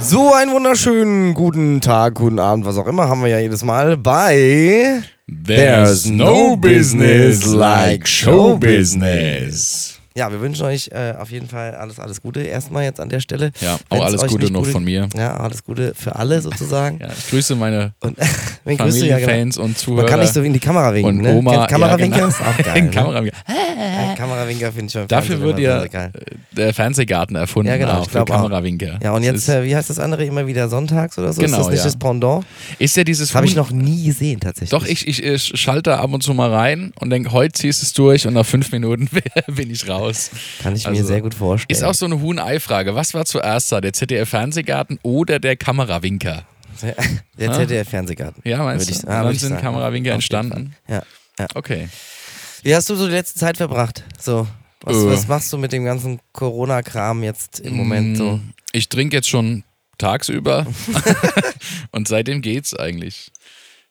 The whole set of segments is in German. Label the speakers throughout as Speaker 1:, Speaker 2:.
Speaker 1: So einen wunderschönen guten Tag, guten Abend, was auch immer, haben wir ja jedes Mal bei.
Speaker 2: There's no business like show business.
Speaker 1: Ja, wir wünschen euch äh, auf jeden Fall alles, alles Gute erstmal jetzt an der Stelle.
Speaker 2: Ja, auch
Speaker 1: Wenn's
Speaker 2: alles
Speaker 1: euch
Speaker 2: Gute
Speaker 1: nicht
Speaker 2: noch von mir.
Speaker 1: Ja, alles Gute für alle sozusagen.
Speaker 2: Ja, ich grüße meine
Speaker 1: Und äh, wen grüßt du ja genau?
Speaker 2: Familienfans und Zuhörer.
Speaker 1: Man kann nicht so in die Kamera winken,
Speaker 2: und
Speaker 1: ne?
Speaker 2: Oma.
Speaker 1: Kennst Kamerawinker
Speaker 2: ja, genau.
Speaker 1: ist auch geil. ne?
Speaker 2: Kamerawinker.
Speaker 1: Ja, Kamerawinker finde ich schon. im
Speaker 2: Dafür
Speaker 1: Fernsehen
Speaker 2: wird
Speaker 1: immer
Speaker 2: ja
Speaker 1: sehr geil.
Speaker 2: äh, der Fernsehgarten erfunden.
Speaker 1: Ja, genau,
Speaker 2: auch
Speaker 1: ich
Speaker 2: für
Speaker 1: glaub auch.
Speaker 2: Kamerawinker.
Speaker 1: Ja, und
Speaker 2: Das
Speaker 1: jetzt, äh, wie heißt das andere immer wieder sonntags oder so?
Speaker 2: Genau,
Speaker 1: ist das nicht
Speaker 2: ja.
Speaker 1: das Pendant?
Speaker 2: ist, ist ja dieses
Speaker 1: Das habe äh, ich
Speaker 2: Huhn-
Speaker 1: noch nie gesehen tatsächlich.
Speaker 2: Doch, ich, ich, äh, schalte ab und zu mal rein und denke, heute ziehst du es durch und nach fünf Minuten bin ich raus.
Speaker 1: Kann ich mir
Speaker 2: Also,
Speaker 1: sehr gut vorstellen.
Speaker 2: Ist auch so eine Huhn-Ei-Frage. Was war zuerst da, der ZDF-Fernsehgarten oder der Kamerawinker?
Speaker 1: Der
Speaker 2: Ah.
Speaker 1: ZDF-Fernsehgarten.
Speaker 2: Ja, meinst
Speaker 1: Würde ich-
Speaker 2: du?
Speaker 1: ah, würde
Speaker 2: Und dann
Speaker 1: ich
Speaker 2: sind
Speaker 1: sagen.
Speaker 2: Kamerawinker
Speaker 1: Auf jeden
Speaker 2: entstanden.
Speaker 1: Ja. ja.
Speaker 2: Okay.
Speaker 1: Wie hast du so die letzte Zeit verbracht? So, was,
Speaker 2: Äh.
Speaker 1: was machst du mit dem ganzen Corona-Kram jetzt im Moment so?
Speaker 2: Mm, Ich trinke jetzt schon tagsüber und seitdem geht's eigentlich.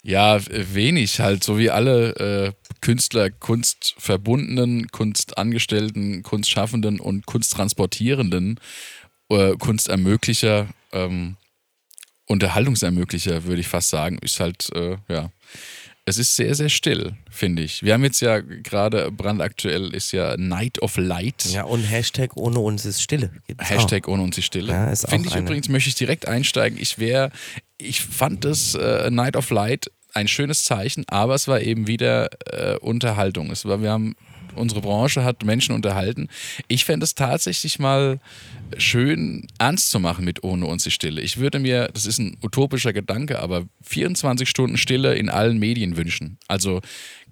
Speaker 2: Ja, w- wenig halt, so wie alle äh, Künstler, Kunstverbundenen, Kunstangestellten, Kunstschaffenden und Kunsttransportierenden, äh, Kunstermöglicher, ähm, Unterhaltungsermöglicher, würde ich fast sagen. Ist halt, äh, ja. Es ist sehr, sehr still, finde ich. Wir haben jetzt ja gerade brandaktuell ist ja Night of Light.
Speaker 1: Ja, und Hashtag ohne uns ist Stille. Gibt's
Speaker 2: Hashtag ohne uns die Stille.
Speaker 1: Ja, ist auch
Speaker 2: Finde ich
Speaker 1: eine.
Speaker 2: übrigens, möchte ich direkt einsteigen. Ich wäre, ich fand das äh, Night of Light ein schönes Zeichen, aber es war eben wieder äh, Unterhaltung. Es war, wir haben, unsere Branche hat Menschen unterhalten. Ich fände es tatsächlich mal schön, ernst zu machen mit ohne uns die Stille. Ich würde mir, das ist ein utopischer Gedanke, aber 24 Stunden Stille in allen Medien wünschen. Also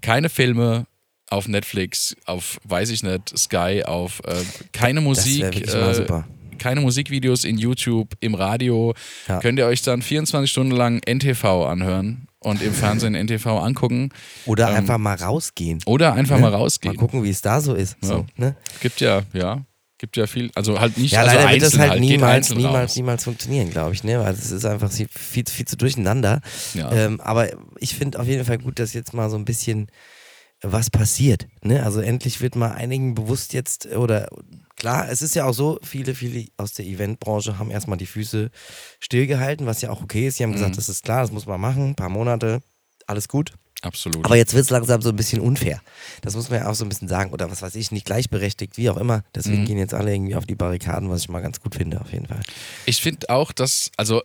Speaker 2: keine Filme auf Netflix, auf weiß ich nicht, Sky, auf äh, keine
Speaker 1: Das
Speaker 2: Musik.
Speaker 1: wäre wirklich
Speaker 2: äh,
Speaker 1: mal super.
Speaker 2: keine Musikvideos in YouTube, im Radio.
Speaker 1: Ja.
Speaker 2: Könnt ihr euch dann 24 Stunden lang NTV anhören und im Fernsehen NTV angucken
Speaker 1: Oder
Speaker 2: ähm,
Speaker 1: einfach mal rausgehen.
Speaker 2: oder einfach mal rausgehen.
Speaker 1: Mal gucken, wie es da so ist. So, ne?
Speaker 2: Gibt ja, ja, gibt ja viel, also halt nicht
Speaker 1: Ja,
Speaker 2: also
Speaker 1: leider wird das
Speaker 2: einzeln
Speaker 1: halt
Speaker 2: geht
Speaker 1: niemals,
Speaker 2: einzeln
Speaker 1: niemals,
Speaker 2: raus.
Speaker 1: niemals funktionieren, glaube ich, ne? Weil es ist einfach viel, viel, viel zu durcheinander.
Speaker 2: Ja.
Speaker 1: Ähm, aber ich finde auf jeden Fall gut, dass jetzt mal so ein bisschen was passiert. Ne? Also endlich wird mal einigen bewusst jetzt, oder klar, es ist ja auch so, viele, viele aus der Eventbranche haben erstmal die Füße stillgehalten, was ja auch okay ist. Sie haben
Speaker 2: Mhm.
Speaker 1: gesagt, das ist klar, das muss man machen, ein paar Monate, alles gut.
Speaker 2: Absolut.
Speaker 1: Aber jetzt wird es langsam so ein bisschen unfair. Das muss man ja auch so ein bisschen sagen. Oder was weiß ich, nicht gleichberechtigt, wie auch immer.
Speaker 2: Mhm.
Speaker 1: Deswegen gehen jetzt alle irgendwie auf die Barrikaden, was ich mal ganz gut finde, auf jeden Fall.
Speaker 2: Ich finde auch, dass, also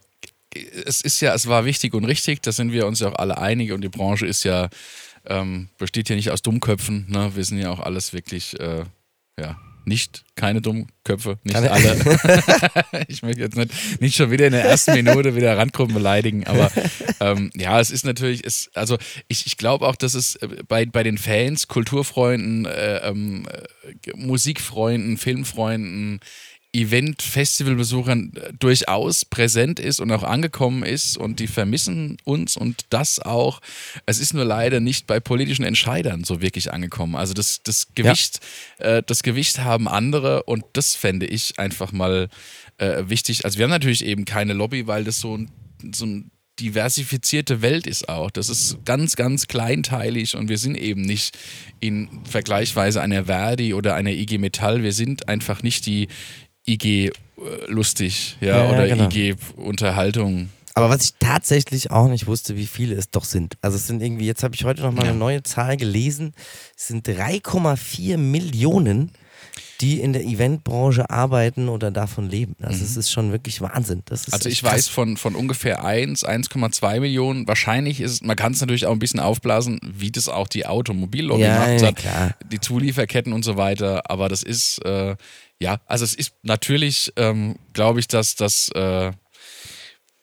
Speaker 2: es ist ja, es war wichtig und richtig, da sind wir uns ja auch alle einig und die Branche ist ja, ähm, besteht ja nicht aus Dummköpfen, ne? wir sind ja auch alles wirklich, äh, ja, nicht, keine Dummköpfe, nicht
Speaker 1: Keine-
Speaker 2: alle. ich möchte jetzt nicht, nicht schon wieder in der ersten Minute wieder Randgruppen beleidigen, aber ähm, ja, es ist natürlich, es, also ich, ich glaube auch, dass es äh, bei, bei den Fans, Kulturfreunden, äh, ähm, äh, Musikfreunden, Filmfreunden, Event, Festivalbesuchern äh, durchaus präsent ist und auch angekommen ist und die vermissen uns und das auch. Es ist nur leider nicht bei politischen Entscheidern so wirklich angekommen. Also das, das Gewicht, äh, das Gewicht haben andere und das fände ich einfach mal äh, wichtig. Also wir haben natürlich eben keine Lobby, weil das so ein, so ein diversifizierte Welt ist auch. Das ist ganz, ganz kleinteilig und wir sind eben nicht in vergleichweise einer Verdi oder einer IG Metall. Wir sind einfach nicht die IG äh, lustig, ja,
Speaker 1: Ja, ja,
Speaker 2: oder
Speaker 1: genau.
Speaker 2: IG Unterhaltung.
Speaker 1: Aber was ich tatsächlich auch nicht wusste, wie viele es doch sind. Also es sind irgendwie, jetzt habe ich heute nochmal mal
Speaker 2: Ja.
Speaker 1: eine neue Zahl gelesen. Es sind 3,4 Millionen, die in der Eventbranche arbeiten oder davon leben. Also es ist schon wirklich Wahnsinn. Das ist
Speaker 2: Mhm. Also
Speaker 1: echt
Speaker 2: ich
Speaker 1: krass.
Speaker 2: weiß von, von ungefähr 1, 1,2 Millionen. Wahrscheinlich ist, man kann es natürlich auch ein bisschen aufblasen, wie das auch die Automobillobby
Speaker 1: Ja,
Speaker 2: macht.
Speaker 1: ja,
Speaker 2: Sagt,
Speaker 1: klar.
Speaker 2: Die Zulieferketten und so weiter. Aber das ist, äh, ja, also es ist natürlich, ähm, glaube ich, dass das. Äh,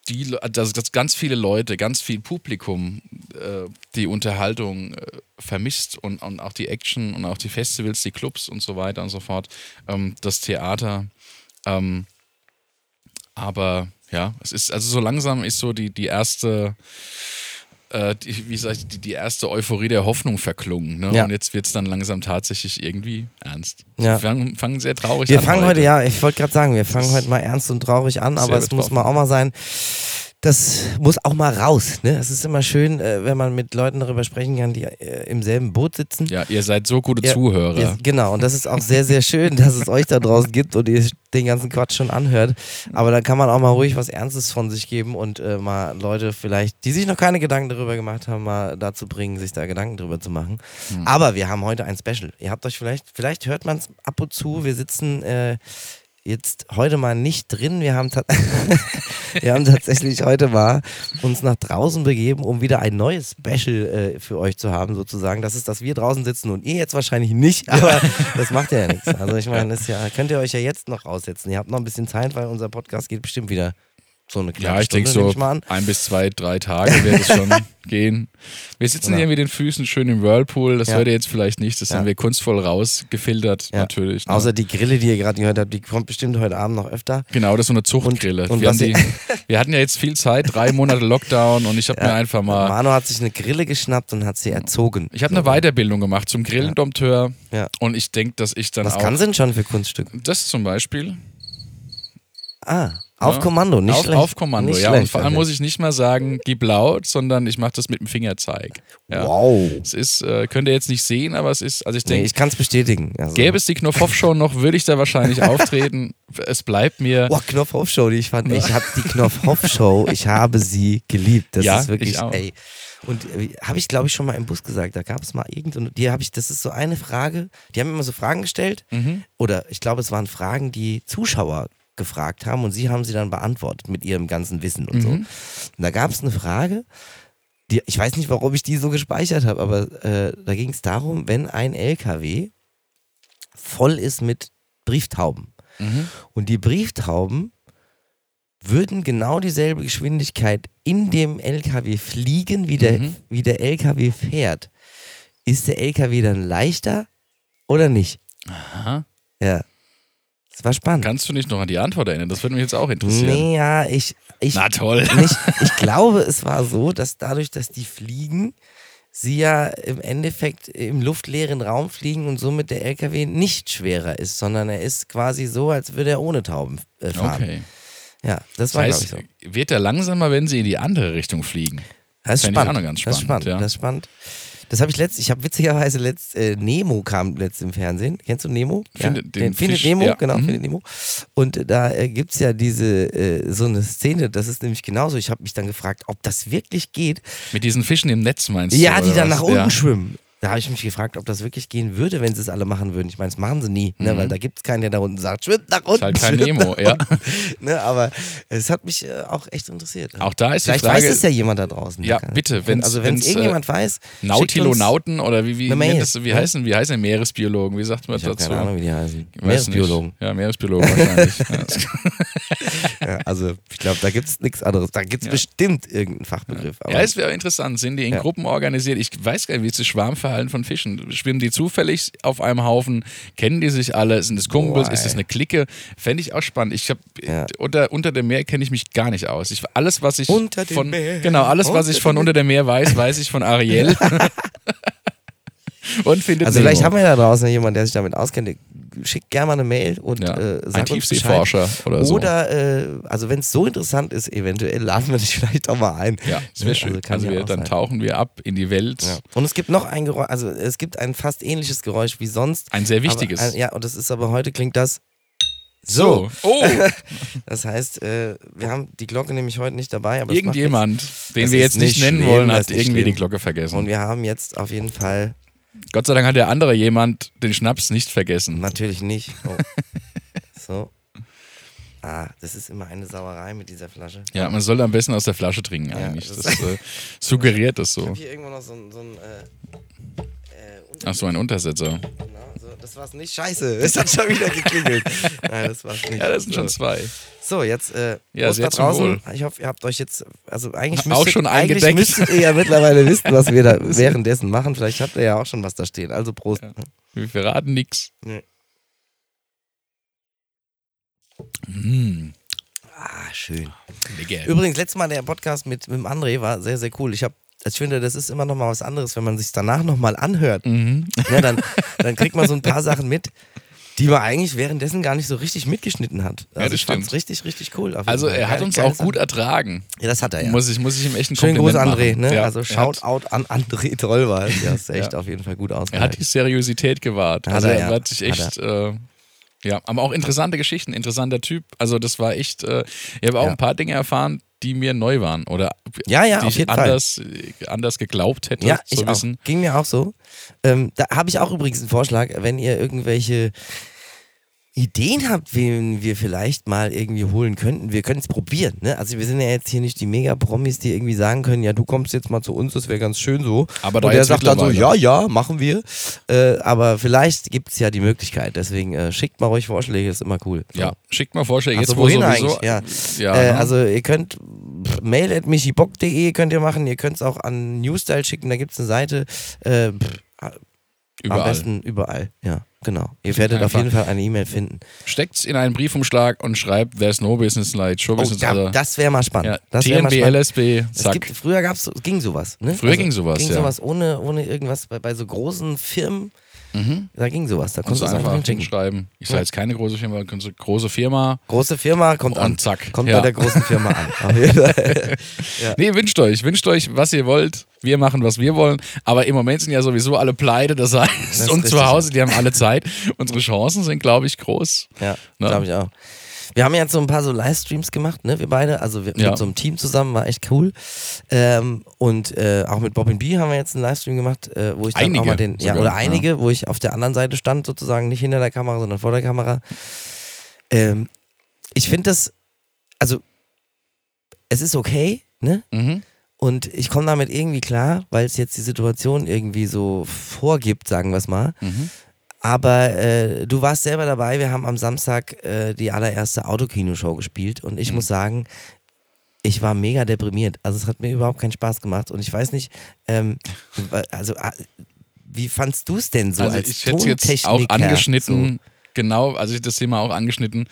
Speaker 2: die, Le- dass, dass ganz viele Leute, ganz viel Publikum äh, die Unterhaltung äh, vermisst und, und auch die Action und auch die Festivals, die Clubs und so weiter und so fort, ähm, das Theater. Ähm, aber ja, es ist, also so langsam ist so die, die erste, äh, die, wie sag ich, die, die erste Euphorie der Hoffnung verklungen. Ne?
Speaker 1: Ja.
Speaker 2: Und jetzt wird es dann langsam tatsächlich irgendwie ernst.
Speaker 1: Ja.
Speaker 2: Wir fangen, fangen sehr traurig
Speaker 1: Wir
Speaker 2: an.
Speaker 1: fangen heute, ja, ich wollte gerade sagen, wir fangen heute mal ernst und traurig an, aber es muss
Speaker 2: betroffen.
Speaker 1: mal auch mal sein. das muss auch mal raus. Ne? Es ist immer schön, äh, wenn man mit Leuten darüber sprechen kann, die äh, im selben Boot sitzen.
Speaker 2: Ja, ihr seid so gute
Speaker 1: Ja,
Speaker 2: Zuhörer.
Speaker 1: Ja, genau, und das ist auch sehr, sehr schön, dass es euch da draußen gibt und ihr den ganzen Quatsch schon anhört. Aber da kann man auch mal ruhig was Ernstes von sich geben und äh, mal Leute vielleicht, die sich noch keine Gedanken darüber gemacht haben, mal dazu bringen, sich da Gedanken darüber zu machen. Aber wir haben heute ein Special. Ihr habt euch vielleicht, vielleicht hört man es ab und zu, wir sitzen äh, jetzt heute mal nicht drin. Wir haben, ta- wir haben tatsächlich heute mal uns nach draußen begeben, um wieder ein neues Special äh, für euch zu haben, sozusagen. Das ist, dass wir draußen sitzen und ihr jetzt wahrscheinlich nicht, aber das macht ja nichts. Also ich meine, das ja, könnt ihr euch ja jetzt noch raussetzen. Ihr habt noch ein bisschen Zeit, weil unser Podcast geht bestimmt wieder so eine knappe
Speaker 2: Ja, ich
Speaker 1: Stunde,
Speaker 2: denke so
Speaker 1: nehm ich mal an.
Speaker 2: ein bis zwei, drei Tage wird es schon gehen. Wir sitzen
Speaker 1: Genau.
Speaker 2: hier mit den Füßen schön im Whirlpool. Das
Speaker 1: Ja.
Speaker 2: hört ihr jetzt vielleicht nicht. Das
Speaker 1: Ja.
Speaker 2: haben wir kunstvoll rausgefiltert,
Speaker 1: Ja.
Speaker 2: natürlich. Ne?
Speaker 1: Außer die Grille, die ihr gerade gehört habt, die kommt bestimmt heute Abend noch öfter.
Speaker 2: genau, das ist so eine Zuchtgrille.
Speaker 1: Und- und
Speaker 2: wir, haben
Speaker 1: was
Speaker 2: die,
Speaker 1: ihr-
Speaker 2: wir hatten ja jetzt viel Zeit, drei Monate Lockdown und ich habe mir einfach mal.
Speaker 1: Manu hat sich eine Grille geschnappt und hat sie erzogen.
Speaker 2: Ich habe eine Weiterbildung gemacht zum Grillendompteur
Speaker 1: Ja.
Speaker 2: und ich denke, dass ich dann
Speaker 1: Was
Speaker 2: auch.
Speaker 1: kann sie denn schon für Kunststücke?
Speaker 2: das zum Beispiel.
Speaker 1: Ah, auf
Speaker 2: Ja.
Speaker 1: Kommando, nicht
Speaker 2: auf,
Speaker 1: schlecht.
Speaker 2: auf Kommando,
Speaker 1: nicht
Speaker 2: ja.
Speaker 1: Schlecht, also.
Speaker 2: und vor allem muss ich nicht mal sagen, gib laut, sondern ich mache das mit dem Fingerzeig. Ja.
Speaker 1: Wow.
Speaker 2: Es ist, äh, könnt ihr jetzt nicht sehen, aber es ist, also ich
Speaker 1: Nee,
Speaker 2: denke,
Speaker 1: ich kann es bestätigen. Also,
Speaker 2: gäbe es die Knopf-Show noch, würde ich da wahrscheinlich auftreten. Es bleibt mir.
Speaker 1: Boah, Knopfhoff-Show, die ich fand. Ich habe die Knopfhoff-Show, ich habe sie geliebt. Das
Speaker 2: Ja,
Speaker 1: ist wirklich,
Speaker 2: ich auch.
Speaker 1: ey. Und äh, habe ich, glaube ich, schon mal im Bus gesagt, da gab es mal irgendeine, die habe ich, das ist so eine Frage, die haben immer so Fragen gestellt
Speaker 2: Mhm.
Speaker 1: oder ich glaube, es waren Fragen, die Zuschauer gefragt haben und sie haben sie dann beantwortet mit ihrem ganzen Wissen und so.
Speaker 2: Mhm.
Speaker 1: Und da gab es eine Frage, die, ich weiß nicht, warum ich die so gespeichert habe, aber äh, da ging es darum, wenn ein LKW voll ist mit Brieftauben
Speaker 2: Mhm.
Speaker 1: und die Brieftauben würden genau dieselbe Geschwindigkeit in dem LKW fliegen, wie der,
Speaker 2: Mhm.
Speaker 1: wie der LKW fährt, ist der LKW dann leichter oder nicht?
Speaker 2: Aha.
Speaker 1: Ja. Das war spannend.
Speaker 2: Kannst du nicht noch an die Antwort erinnern? Das würde mich jetzt auch interessieren.
Speaker 1: nee, ja, ich, ich,
Speaker 2: Na toll.
Speaker 1: nicht, ich glaube, es war so, dass dadurch, dass die fliegen, sie ja im Endeffekt im luftleeren Raum fliegen und somit der LKW nicht schwerer ist, sondern er ist quasi so, als würde er ohne Tauben äh, fahren.
Speaker 2: Okay.
Speaker 1: Ja, das
Speaker 2: Das
Speaker 1: war, glaube ich,
Speaker 2: heißt,
Speaker 1: so.
Speaker 2: wird er langsamer, wenn sie in die andere Richtung fliegen?
Speaker 1: Das ist
Speaker 2: Fände ich auch
Speaker 1: spannend.
Speaker 2: noch ganz
Speaker 1: das ist spannend.
Speaker 2: spannend, ja.
Speaker 1: Das ist spannend. Das habe ich letzt, ich habe witzigerweise letzt, äh, Nemo kam letzt im Fernsehen. Kennst du Nemo?
Speaker 2: Findet den
Speaker 1: findet
Speaker 2: Fisch,
Speaker 1: Nemo,
Speaker 2: ja.
Speaker 1: genau,
Speaker 2: Mhm.
Speaker 1: findet Nemo. Und äh, da äh, gibt es ja diese, äh, so eine Szene, das ist nämlich genauso. Ich habe mich dann gefragt, ob das wirklich geht.
Speaker 2: Mit diesen Fischen im Netz meinst
Speaker 1: ja,
Speaker 2: du?
Speaker 1: die
Speaker 2: oder
Speaker 1: dann
Speaker 2: was?
Speaker 1: nach unten
Speaker 2: Ja.
Speaker 1: schwimmen. Da habe ich mich gefragt, ob das wirklich gehen würde, wenn sie es alle machen würden. Ich meine, das machen sie nie, ne?
Speaker 2: Mhm.
Speaker 1: weil da gibt es keinen, der da unten sagt, schwimmt nach unten.
Speaker 2: Ist halt kein
Speaker 1: schwimmt
Speaker 2: Nemo,
Speaker 1: nach
Speaker 2: ja.
Speaker 1: unten. Ne? Aber es hat mich äh, auch echt interessiert.
Speaker 2: Auch da ist die
Speaker 1: Vielleicht
Speaker 2: Frage-
Speaker 1: weiß es ja jemand da draußen.
Speaker 2: Ja,
Speaker 1: Hacker.
Speaker 2: bitte, wenn's-
Speaker 1: also wenn
Speaker 2: wenn's,
Speaker 1: es
Speaker 2: äh,
Speaker 1: irgendjemand weiß. schickt uns-
Speaker 2: Nautilonauten oder wie, wie,
Speaker 1: eine Mail.
Speaker 2: nennt das, wie
Speaker 1: Ja.
Speaker 2: heißen, wie heißen Meeresbiologen? Wie sagt man
Speaker 1: Ich habe
Speaker 2: dazu?
Speaker 1: keine Ahnung, wie die heißen.
Speaker 2: Weiß nicht.
Speaker 1: Meeresbiologen.
Speaker 2: Ja, Meeresbiologen wahrscheinlich. ja.
Speaker 1: Ja, also ich glaube, da gibt es nichts anderes. Da gibt es
Speaker 2: Ja.
Speaker 1: bestimmt irgendeinen Fachbegriff. Aber
Speaker 2: Ja, es wäre interessant. Sind die in
Speaker 1: Ja.
Speaker 2: Gruppen organisiert? Ich weiß gar nicht, wie ist das Schwarmverhalten von Fischen? Schwimmen die zufällig auf einem Haufen? Kennen die sich alle? Sind es Kumpels?
Speaker 1: Boah,
Speaker 2: ist es
Speaker 1: ey.
Speaker 2: eine Clique? Fände ich auch spannend. Ich hab,
Speaker 1: Ja.
Speaker 2: unter, unter dem Meer kenne ich mich gar nicht aus. Ich, alles, was ich
Speaker 1: Unter dem
Speaker 2: von,
Speaker 1: Meer.
Speaker 2: Genau, alles, was
Speaker 1: Unter
Speaker 2: ich von unter dem Meer weiß, weiß ich von Ariel. Und findet
Speaker 1: also vielleicht
Speaker 2: Nemo.
Speaker 1: haben wir da draußen jemanden, der sich damit auskennt. Schickt gerne mal eine Mail und
Speaker 2: Ja.
Speaker 1: äh, sagt
Speaker 2: ein
Speaker 1: uns
Speaker 2: Tiefseeforscher
Speaker 1: Bescheid.
Speaker 2: oder so.
Speaker 1: Oder, äh, also wenn es so interessant ist, eventuell laden wir dich vielleicht auch mal ein.
Speaker 2: ja, das wäre schön.
Speaker 1: kann
Speaker 2: Also,
Speaker 1: ja
Speaker 2: wir,
Speaker 1: auch
Speaker 2: dann
Speaker 1: sein.
Speaker 2: tauchen wir ab in die Welt.
Speaker 1: Ja. Und es gibt noch ein Geräusch, also es gibt ein fast ähnliches Geräusch wie sonst.
Speaker 2: Ein sehr wichtiges.
Speaker 1: Aber, ein- ja, und das ist aber heute klingt das so.
Speaker 2: So. Oh,
Speaker 1: Das heißt, äh, wir haben die Glocke nämlich heute nicht dabei, aber das macht
Speaker 2: irgendjemand, den
Speaker 1: Das
Speaker 2: wir
Speaker 1: ist
Speaker 2: jetzt nicht
Speaker 1: nicht
Speaker 2: nennen
Speaker 1: schlimm,
Speaker 2: wollen,
Speaker 1: das
Speaker 2: hat
Speaker 1: ist nicht
Speaker 2: irgendwie die
Speaker 1: schlimm.
Speaker 2: Glocke
Speaker 1: nichts. Und
Speaker 2: vergessen.
Speaker 1: wir haben jetzt auf jeden Fall
Speaker 2: Gott sei Dank hat der andere jemand den Schnaps nicht vergessen.
Speaker 1: natürlich nicht. Oh. so. Ah, das ist immer eine Sauerei mit dieser Flasche.
Speaker 2: Ja, man soll am besten aus der Flasche trinken eigentlich.
Speaker 1: das-
Speaker 2: Das, äh, suggeriert das so.
Speaker 1: Hier irgendwo noch so ein, so ein äh, äh, Unter-
Speaker 2: Ach so, ein Untersetzer.
Speaker 1: Na, so, das war's nicht. Scheiße, es hat schon wieder geklingelt. Nein, das war's nicht.
Speaker 2: Ja, das sind schon
Speaker 1: so.
Speaker 2: zwei.
Speaker 1: so, jetzt äh,
Speaker 2: Ja,
Speaker 1: Prost
Speaker 2: sehr
Speaker 1: da
Speaker 2: zum
Speaker 1: draußen.
Speaker 2: Wohl.
Speaker 1: Ich hoffe, ihr habt euch jetzt, also eigentlich
Speaker 2: Auch
Speaker 1: müsstet,
Speaker 2: schon
Speaker 1: eigentlich
Speaker 2: eingedeckt.
Speaker 1: müsstet ihr ja mittlerweile wissen, was wir da währenddessen machen. Vielleicht habt ihr ja auch schon was da stehen. Also Prost.
Speaker 2: Wir verraten nichts.
Speaker 1: Nee.
Speaker 2: Mm,
Speaker 1: Ah, schön.
Speaker 2: lecker.
Speaker 1: Übrigens, letztes Mal der Podcast mit, mit dem André war sehr, sehr cool. Ich habe ich finde, das ist immer noch mal was anderes, wenn man sich danach noch mal anhört.
Speaker 2: Mhm.
Speaker 1: Ne, dann, dann kriegt man so ein paar Sachen mit. die man eigentlich währenddessen gar nicht so richtig mitgeschnitten hat. Also
Speaker 2: Ja, das
Speaker 1: ich fand's
Speaker 2: stimmt.
Speaker 1: richtig, richtig cool. auf jeden
Speaker 2: Also
Speaker 1: Fall.
Speaker 2: er hat
Speaker 1: Geil-
Speaker 2: uns
Speaker 1: geiles
Speaker 2: auch gut ertragen.
Speaker 1: Ja, das hat er äh, ja.
Speaker 2: Muss ich, muss ich ihm echt einen
Speaker 1: Schönen Gruß,
Speaker 2: Kompliment
Speaker 1: André.
Speaker 2: machen.
Speaker 1: Ne?
Speaker 2: Ja,
Speaker 1: also
Speaker 2: er hat-
Speaker 1: Shoutout an André Trollwald. Der ist echt
Speaker 2: Ja.
Speaker 1: auf jeden Fall gut
Speaker 2: Er hat
Speaker 1: ausgehalten.
Speaker 2: die Seriosität gewahrt.
Speaker 1: Hat
Speaker 2: also
Speaker 1: er,
Speaker 2: er
Speaker 1: ja.
Speaker 2: hat sich
Speaker 1: Hat
Speaker 2: echt. Äh, ja, aber auch interessante Geschichten, interessanter Typ. Also das war echt. Äh, ich habe auch
Speaker 1: Ja.
Speaker 2: ein paar Dinge erfahren, die mir neu waren oder
Speaker 1: Ja, ja,
Speaker 2: die
Speaker 1: auf
Speaker 2: ich
Speaker 1: jeden Fall.
Speaker 2: anders, äh, anders geglaubt hätte
Speaker 1: Ja,
Speaker 2: zu
Speaker 1: ich auch.
Speaker 2: wissen.
Speaker 1: Ging mir auch so. Ähm, da habe ich auch übrigens einen Vorschlag, wenn ihr irgendwelche Ideen habt, wen wir vielleicht mal irgendwie holen könnten. Wir können es probieren. Ne? Also wir sind ja jetzt hier nicht die Mega-Promis, die irgendwie sagen können, ja, du kommst jetzt mal zu uns, das wäre ganz schön so.
Speaker 2: Aber da
Speaker 1: Und der
Speaker 2: jetzt
Speaker 1: sagt dann so, ja,
Speaker 2: mittlerweile.
Speaker 1: ja, machen wir. Äh, aber vielleicht gibt es ja die Möglichkeit. Deswegen äh, schickt mal ruhig Vorschläge, ist immer cool. So.
Speaker 2: Ja, schickt mal Vorschläge.
Speaker 1: Also
Speaker 2: Jetzt wo
Speaker 1: wohin
Speaker 2: sowieso.
Speaker 1: eigentlich? Ja.
Speaker 2: ja
Speaker 1: Äh,
Speaker 2: ne?
Speaker 1: also ihr könnt pff, mail at michibock.de könnt ihr machen, ihr könnt es auch an Newstyle schicken, da gibt es eine Seite. Äh, pff, am
Speaker 2: überall.
Speaker 1: besten überall, ja, genau. Ihr werdet
Speaker 2: Einfach.
Speaker 1: auf jeden Fall eine E-Mail finden.
Speaker 2: Steckt's in einen Briefumschlag und schreibt, there's no business like show
Speaker 1: Oh,
Speaker 2: business.
Speaker 1: da,
Speaker 2: also,
Speaker 1: das wäre mal
Speaker 2: ja,
Speaker 1: spannend. Das wär mal spannend.
Speaker 2: TNBLSB,
Speaker 1: Es
Speaker 2: zack.
Speaker 1: gibt, früher gab's, so- ging sowas. Ne?
Speaker 2: Früher ging sowas,
Speaker 1: ging
Speaker 2: ja.
Speaker 1: sowas ohne, ohne irgendwas. Bei, bei so großen Firmen, da ging sowas. Da konntest
Speaker 2: Kannst du
Speaker 1: du es einfach
Speaker 2: Mhm. Also einfach
Speaker 1: hinschicken.
Speaker 2: hinschreiben. Ich sage jetzt keine große Firma, kannst du große Firma.
Speaker 1: Große Firma kommt
Speaker 2: Und
Speaker 1: an.
Speaker 2: zack,
Speaker 1: Kommt
Speaker 2: ja.
Speaker 1: bei der großen Firma an. Auf jeden Fall.
Speaker 2: Nee, wünscht euch, wünscht euch, was ihr wollt. Wir machen, was wir wollen. Aber im Moment sind ja sowieso alle pleite, das heißt,
Speaker 1: ist
Speaker 2: und
Speaker 1: richtig,
Speaker 2: zu Hause, die haben alle Zeit. Unsere Chancen sind, glaube ich, groß.
Speaker 1: Ja,
Speaker 2: Ne?
Speaker 1: glaube ich auch. Wir haben ja jetzt so ein paar so Livestreams gemacht, ne, wir beide, also wir,
Speaker 2: Ja.
Speaker 1: mit so einem Team zusammen, war echt cool. Ähm, und äh, auch mit Bobbin B haben wir jetzt einen Livestream gemacht, äh, wo ich dann auch
Speaker 2: Einige
Speaker 1: mal den, ja,
Speaker 2: sogar,
Speaker 1: oder
Speaker 2: ja.
Speaker 1: einige, wo ich auf der anderen Seite stand, sozusagen, nicht hinter der Kamera, sondern vor der Kamera. Ähm, ich finde das, also, es ist okay, ne,
Speaker 2: Mhm.
Speaker 1: und ich komme damit irgendwie klar, weil es jetzt die Situation irgendwie so vorgibt, sagen wir es mal.
Speaker 2: Mhm.
Speaker 1: Aber äh, du warst selber dabei, wir haben am Samstag äh, die allererste Autokinoshow gespielt und ich
Speaker 2: Mhm.
Speaker 1: muss sagen, ich war mega deprimiert. Also es hat mir überhaupt keinen Spaß gemacht und ich weiß nicht, ähm, wa- also ah, wie fandst du es denn so
Speaker 2: also
Speaker 1: als
Speaker 2: ich hätte jetzt auch
Speaker 1: Tontechniker?
Speaker 2: angeschnitten, genau, also ich das Thema auch angeschnitten.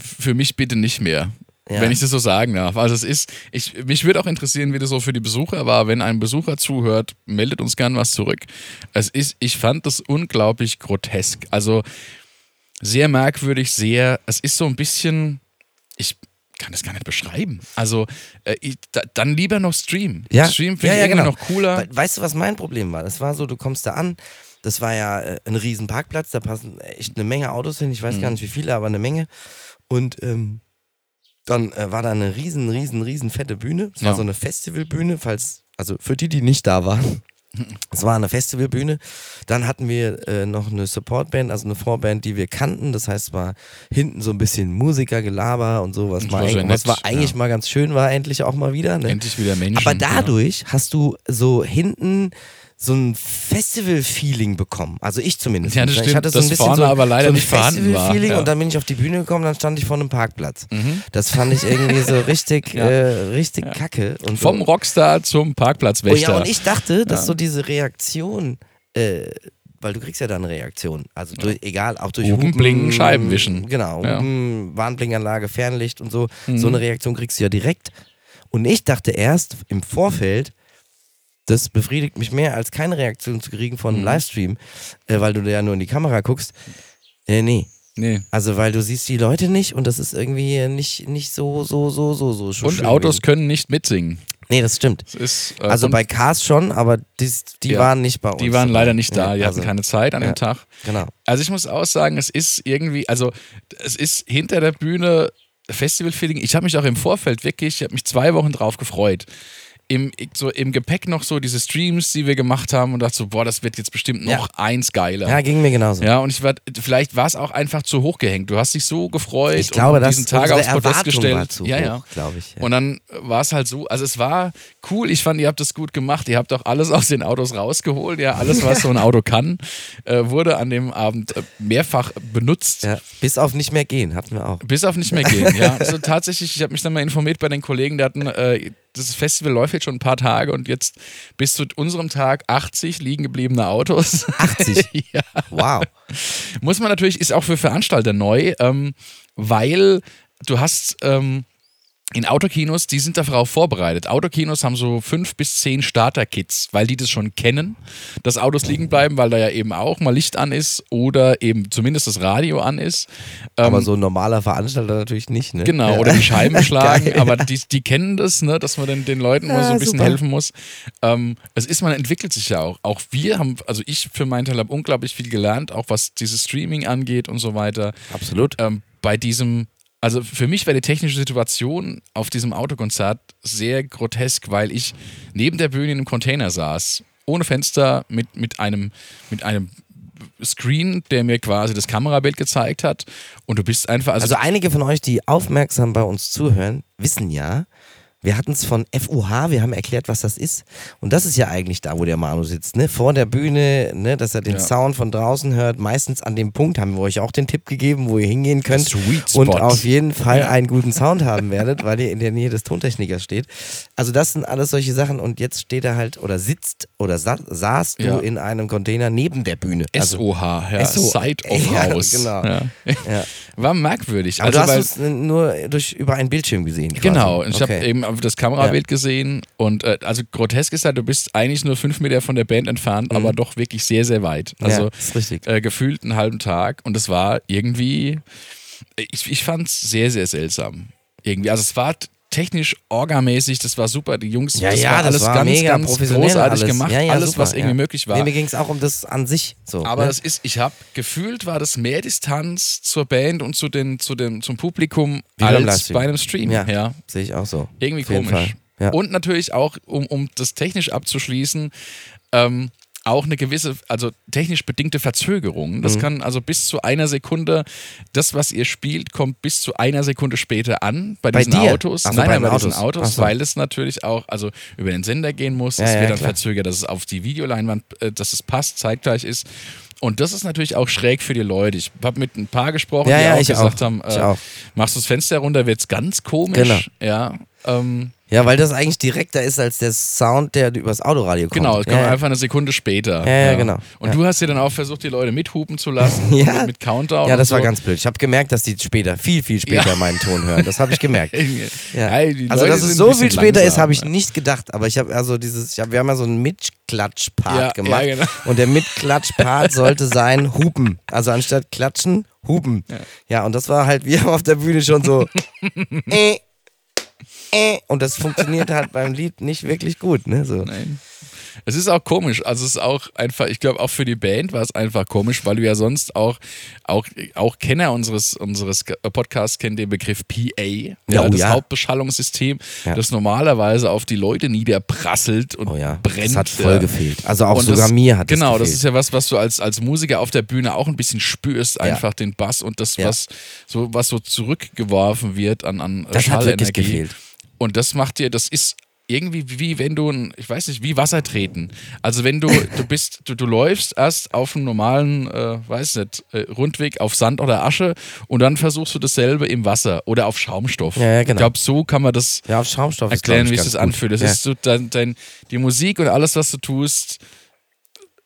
Speaker 2: Für mich bitte nicht mehr.
Speaker 1: Ja.
Speaker 2: Wenn ich das so sagen darf. Also es ist, ich, mich würde auch interessieren, wie das so für die Besucher war. Wenn ein Besucher zuhört, meldet uns gern was zurück. Es ist, ich fand das unglaublich grotesk. Also sehr merkwürdig, sehr, es ist so ein bisschen, ich kann das gar nicht beschreiben. Also äh, ich, da, dann lieber noch Stream.
Speaker 1: Ja.
Speaker 2: Stream
Speaker 1: Ja,
Speaker 2: finde
Speaker 1: ja,
Speaker 2: ich irgendwie
Speaker 1: genau.
Speaker 2: noch cooler.
Speaker 1: We- Weißt du, was mein Problem war? Das war so, du kommst da an, das war ja äh, ein riesen Parkplatz, da passen echt eine Menge Autos hin, ich weiß
Speaker 2: Mhm.
Speaker 1: gar nicht wie viele, aber eine Menge. Und ähm, dann äh, war da eine riesen, riesen, riesen fette Bühne. Es war
Speaker 2: Ja.
Speaker 1: so eine Festivalbühne, falls, also für die, die nicht da waren. Es war eine Festivalbühne. Dann hatten wir äh, noch eine Supportband, also eine Vorband, die wir kannten. Das heißt, es war hinten so ein bisschen Musikergelaber und so, was,
Speaker 2: Das
Speaker 1: mal
Speaker 2: war sehr
Speaker 1: eigentlich- was
Speaker 2: nett,
Speaker 1: war eigentlich mal ganz schön war, endlich auch mal wieder. Ne?
Speaker 2: Endlich wieder Menschen.
Speaker 1: Aber
Speaker 2: ja.
Speaker 1: dadurch hast du so hinten so ein Festival-Feeling bekommen. Also ich zumindest.
Speaker 2: Ja, das
Speaker 1: ich
Speaker 2: stimmt,
Speaker 1: hatte so
Speaker 2: das
Speaker 1: ein bisschen
Speaker 2: vorne
Speaker 1: so,
Speaker 2: aber leider
Speaker 1: so ein
Speaker 2: nicht vorhanden war,
Speaker 1: Festival-Feeling
Speaker 2: ja. Mhm.
Speaker 1: und dann bin ich auf die Bühne gekommen, dann stand ich vor einem Parkplatz. Das fand ich irgendwie so richtig, äh, richtig kacke. Und
Speaker 2: Vom
Speaker 1: so.
Speaker 2: Rockstar zum
Speaker 1: Oh
Speaker 2: Parkplatzwächter.
Speaker 1: ja, und ich dachte, dass so diese Reaktion, äh, weil du kriegst ja dann Reaktion. Also durch, egal, auch durch
Speaker 2: Hupen, Blinken, Scheibenwischen.
Speaker 1: Genau,
Speaker 2: Ja. Mhm.
Speaker 1: Hupen, Warnblinkanlage, Fernlicht und so. So eine Reaktion kriegst du ja direkt. Und ich dachte erst im Vorfeld, das befriedigt mich mehr, als keine Reaktion zu kriegen
Speaker 2: Mhm.
Speaker 1: von einem Livestream, äh, weil du ja nur in die Kamera guckst. Äh, nee.
Speaker 2: nee.
Speaker 1: Also weil du siehst die Leute nicht und das ist irgendwie nicht, nicht so, so, so, so, so. schön
Speaker 2: Und
Speaker 1: gewesen.
Speaker 2: Autos können nicht mitsingen.
Speaker 1: Nee, das stimmt.
Speaker 2: Das ist, äh,
Speaker 1: Also
Speaker 2: und
Speaker 1: bei Cars schon, aber dies, die
Speaker 2: Ja.
Speaker 1: waren nicht bei uns.
Speaker 2: die waren
Speaker 1: dabei.
Speaker 2: leider nicht da,
Speaker 1: Ja,
Speaker 2: die
Speaker 1: also,
Speaker 2: hatten keine Zeit an
Speaker 1: ja.
Speaker 2: dem Tag.
Speaker 1: Genau.
Speaker 2: Also ich muss auch sagen, es ist irgendwie, also es ist hinter der Bühne Festival-Feeling. Ich habe mich auch im Vorfeld wirklich, ich habe mich zwei Wochen drauf gefreut. Im, so, Im Gepäck noch so diese Streams, die wir gemacht haben und dachte so, boah, das wird jetzt bestimmt noch
Speaker 1: Ja.
Speaker 2: eins geiler.
Speaker 1: Ja, ging mir genauso.
Speaker 2: Ja, und ich war, vielleicht war es auch einfach zu hoch gehängt. Du hast dich so gefreut
Speaker 1: Ich glaube,
Speaker 2: und
Speaker 1: dass
Speaker 2: diesen Tag
Speaker 1: unsere
Speaker 2: aufs Podest
Speaker 1: Erwartung
Speaker 2: gestellt.
Speaker 1: war zu
Speaker 2: ja,
Speaker 1: hoch,
Speaker 2: ja.
Speaker 1: glaube ich. Ja.
Speaker 2: Und dann war es halt so, also es war cool, ich fand, ihr habt das gut gemacht, ihr habt auch alles aus den Autos rausgeholt, ja, alles, was so ein Auto kann, äh, wurde an dem Abend äh, mehrfach benutzt.
Speaker 1: ja. Bis auf nicht mehr gehen hatten wir auch.
Speaker 2: Bis auf nicht mehr gehen, ja. Also tatsächlich, ich habe mich dann mal informiert bei den Kollegen, die hatten, äh, das Festival läuft jetzt schon ein paar Tage und jetzt bis zu unserem Tag 80 liegen gebliebene Autos.
Speaker 1: 80.
Speaker 2: ja.
Speaker 1: Wow.
Speaker 2: Muss man natürlich, ist auch für Veranstalter neu, ähm, weil du hast, ähm, in Autokinos, die sind darauf vorbereitet. Autokinos haben so fünf bis zehn Starter-Kits, weil die das schon kennen, dass Autos liegen bleiben, weil da ja eben auch mal Licht an ist oder eben zumindest das Radio an ist. Ähm,
Speaker 1: Aber so ein normaler Veranstalter natürlich nicht, ne?
Speaker 2: Genau,
Speaker 1: ja.
Speaker 2: oder die Scheiben schlagen,
Speaker 1: Geil.
Speaker 2: aber die, die kennen das, ne, dass man den, den Leuten immer
Speaker 1: Ja,
Speaker 2: so ein bisschen
Speaker 1: super.
Speaker 2: helfen muss. Ähm, es ist, man entwickelt sich ja auch. Auch wir haben, also ich für meinen Teil habe unglaublich viel gelernt, auch was dieses Streaming angeht und so weiter.
Speaker 1: Absolut.
Speaker 2: Ähm, bei diesem, also für mich war die technische Situation auf diesem Autokonzert sehr grotesk, weil ich neben der Bühne in einem Container saß, ohne Fenster, mit, mit einem, mit einem Screen, der mir quasi das Kamerabild gezeigt hat. Und du bist einfach, also,
Speaker 1: Also einige von euch, die aufmerksam bei uns zuhören, wissen ja, wir hatten es von FUH, wir haben erklärt, was das ist. Und das ist ja eigentlich da, wo der Manu sitzt, ne? Vor der Bühne, ne? dass er den
Speaker 2: Ja.
Speaker 1: Sound von draußen hört. Meistens an dem Punkt haben wir euch auch den Tipp gegeben, wo ihr hingehen könnt
Speaker 2: Sweet Spot.
Speaker 1: und auf jeden Fall
Speaker 2: Ja.
Speaker 1: einen guten Sound haben werdet, weil ihr in der Nähe des Tontechnikers steht. Also das sind alles solche Sachen und jetzt steht er halt oder sitzt oder sa saßt
Speaker 2: Ja.
Speaker 1: du in einem Container neben der Bühne. Also,
Speaker 2: SOH, ja,
Speaker 1: SO.
Speaker 2: Side of
Speaker 1: Ja,
Speaker 2: House.
Speaker 1: genau.
Speaker 2: Ja.
Speaker 1: ja.
Speaker 2: War merkwürdig.
Speaker 1: Aber
Speaker 2: also,
Speaker 1: du
Speaker 2: weil-
Speaker 1: hast es nur durch, über einen Bildschirm gesehen. Quasi.
Speaker 2: Genau, und ich
Speaker 1: okay.
Speaker 2: habe eben das Kamerabild gesehen und äh, also grotesk ist halt, du bist eigentlich nur fünf Meter von der Band entfernt, aber doch wirklich sehr, sehr weit. Also
Speaker 1: Mhm. ja, ist richtig.
Speaker 2: äh, gefühlt einen halben Tag und es war irgendwie, ich, ich fand es sehr, sehr seltsam. Irgendwie, also es war t- technisch orgamäßig, das war super, die Jungs,
Speaker 1: Ja,
Speaker 2: das
Speaker 1: ja,
Speaker 2: war
Speaker 1: das
Speaker 2: alles
Speaker 1: war
Speaker 2: ganz,
Speaker 1: mega
Speaker 2: ganz
Speaker 1: professionell
Speaker 2: großartig
Speaker 1: alles.
Speaker 2: gemacht,
Speaker 1: Ja, ja,
Speaker 2: alles,
Speaker 1: super,
Speaker 2: was irgendwie
Speaker 1: ja.
Speaker 2: möglich war.
Speaker 1: Nee, mir ging es auch um das an sich. So,
Speaker 2: Aber
Speaker 1: ne?
Speaker 2: das ist, ich habe gefühlt war das mehr Distanz zur Band und zu den, zu den, zum Publikum
Speaker 1: Wie beim
Speaker 2: als
Speaker 1: Livestream.
Speaker 2: bei einem Stream.
Speaker 1: Ja.
Speaker 2: Ja.
Speaker 1: sehe ich auch so.
Speaker 2: Irgendwie
Speaker 1: Auf jeden
Speaker 2: komisch.
Speaker 1: Fall. Ja.
Speaker 2: Und natürlich auch, um, um das technisch abzuschließen, ähm, auch eine gewisse, also technisch bedingte Verzögerung.
Speaker 1: Mhm.
Speaker 2: Das kann also bis zu einer Sekunde, das, was ihr spielt, kommt bis zu einer Sekunde später an bei,
Speaker 1: Bei
Speaker 2: diesen
Speaker 1: dir?
Speaker 2: Autos.
Speaker 1: Ach so,
Speaker 2: nein,
Speaker 1: bei
Speaker 2: nein, bei
Speaker 1: den
Speaker 2: diesen
Speaker 1: Autos.
Speaker 2: Autos,
Speaker 1: Ach so.
Speaker 2: weil es natürlich auch, also über den Sender gehen muss,
Speaker 1: Ja,
Speaker 2: es
Speaker 1: ja,
Speaker 2: wird dann
Speaker 1: klar.
Speaker 2: verzögert, dass es auf die Videoleinwand, äh, dass es passt, zeitgleich ist. Und das ist natürlich auch schräg für die Leute. Ich habe mit ein paar gesprochen,
Speaker 1: Ja,
Speaker 2: die
Speaker 1: ja,
Speaker 2: auch
Speaker 1: ich
Speaker 2: gesagt
Speaker 1: auch.
Speaker 2: haben, äh,
Speaker 1: Ich auch.
Speaker 2: machst du das Fenster runter, wird's ganz komisch.
Speaker 1: Genau.
Speaker 2: Ja. Ähm,
Speaker 1: ja, weil das eigentlich direkter ist als der Sound, der übers Autoradio kommt.
Speaker 2: Genau, es kommt
Speaker 1: ja, ja.
Speaker 2: einfach eine Sekunde später.
Speaker 1: Ja, ja, genau.
Speaker 2: Und
Speaker 1: Ja.
Speaker 2: du hast ja dann auch versucht, die Leute mithupen zu lassen
Speaker 1: Ja.
Speaker 2: mit, mit Countdown.
Speaker 1: Ja, das
Speaker 2: und so.
Speaker 1: war ganz blöd. Ich habe gemerkt, dass die später, viel, viel später meinen Ton hören. Das habe ich gemerkt. Ja.
Speaker 2: Ey, die
Speaker 1: also,
Speaker 2: Leute
Speaker 1: dass es
Speaker 2: sind
Speaker 1: so
Speaker 2: ein bisschen
Speaker 1: viel später ist,
Speaker 2: langsam.
Speaker 1: habe ich nicht gedacht. Aber ich habe also dieses, ich hab, wir haben ja so einen Mitklatsch-Part
Speaker 2: Ja, ja,
Speaker 1: gemacht.
Speaker 2: genau.
Speaker 1: Und der Mitklatsch-Part sollte sein Hupen. Also anstatt klatschen, hupen. Ja. und das war halt, wir haben auf der Bühne schon so. äh, äh, und das funktioniert halt beim Lied nicht wirklich gut. Ne? So.
Speaker 2: Nein. Es ist auch komisch. Also es ist auch einfach, ich glaube, auch für die Band war es einfach komisch, weil du ja sonst auch, auch, auch Kenner unseres, unseres Ge- äh, Podcasts kennen den Begriff PA, ja,
Speaker 1: oh
Speaker 2: das
Speaker 1: ja.
Speaker 2: Hauptbeschallungssystem,
Speaker 1: Ja.
Speaker 2: das normalerweise auf die Leute niederprasselt und
Speaker 1: Oh ja,
Speaker 2: brennt.
Speaker 1: das hat voll
Speaker 2: ja.
Speaker 1: gefehlt. Also auch
Speaker 2: Und
Speaker 1: sogar
Speaker 2: das,
Speaker 1: mir hat das
Speaker 2: Genau, das
Speaker 1: gefehlt.
Speaker 2: ist ja was, was du als, als Musiker auf der Bühne auch ein bisschen spürst, einfach den Bass und das,
Speaker 1: Ja.
Speaker 2: was, so, was so zurückgeworfen wird an, an äh,
Speaker 1: Das hat
Speaker 2: Schallenergie.
Speaker 1: wirklich gefehlt.
Speaker 2: Und das macht dir, das ist irgendwie wie wenn du, ein, ich weiß nicht, wie Wasser treten. Also wenn du, du bist, du, du läufst erst auf einem normalen, äh, weiß nicht, äh, Rundweg auf Sand oder Asche und dann versuchst du dasselbe im Wasser oder auf Schaumstoff.
Speaker 1: Ja, ja, genau.
Speaker 2: Ich glaube, so kann man das
Speaker 1: Ja, auf Schaumstoff ist,
Speaker 2: erklären,
Speaker 1: glaub
Speaker 2: wie
Speaker 1: ich,
Speaker 2: es
Speaker 1: ganz
Speaker 2: das
Speaker 1: gut.
Speaker 2: anfühlt. Das
Speaker 1: ja.
Speaker 2: ist so dein, dein, die Musik und alles, was du tust,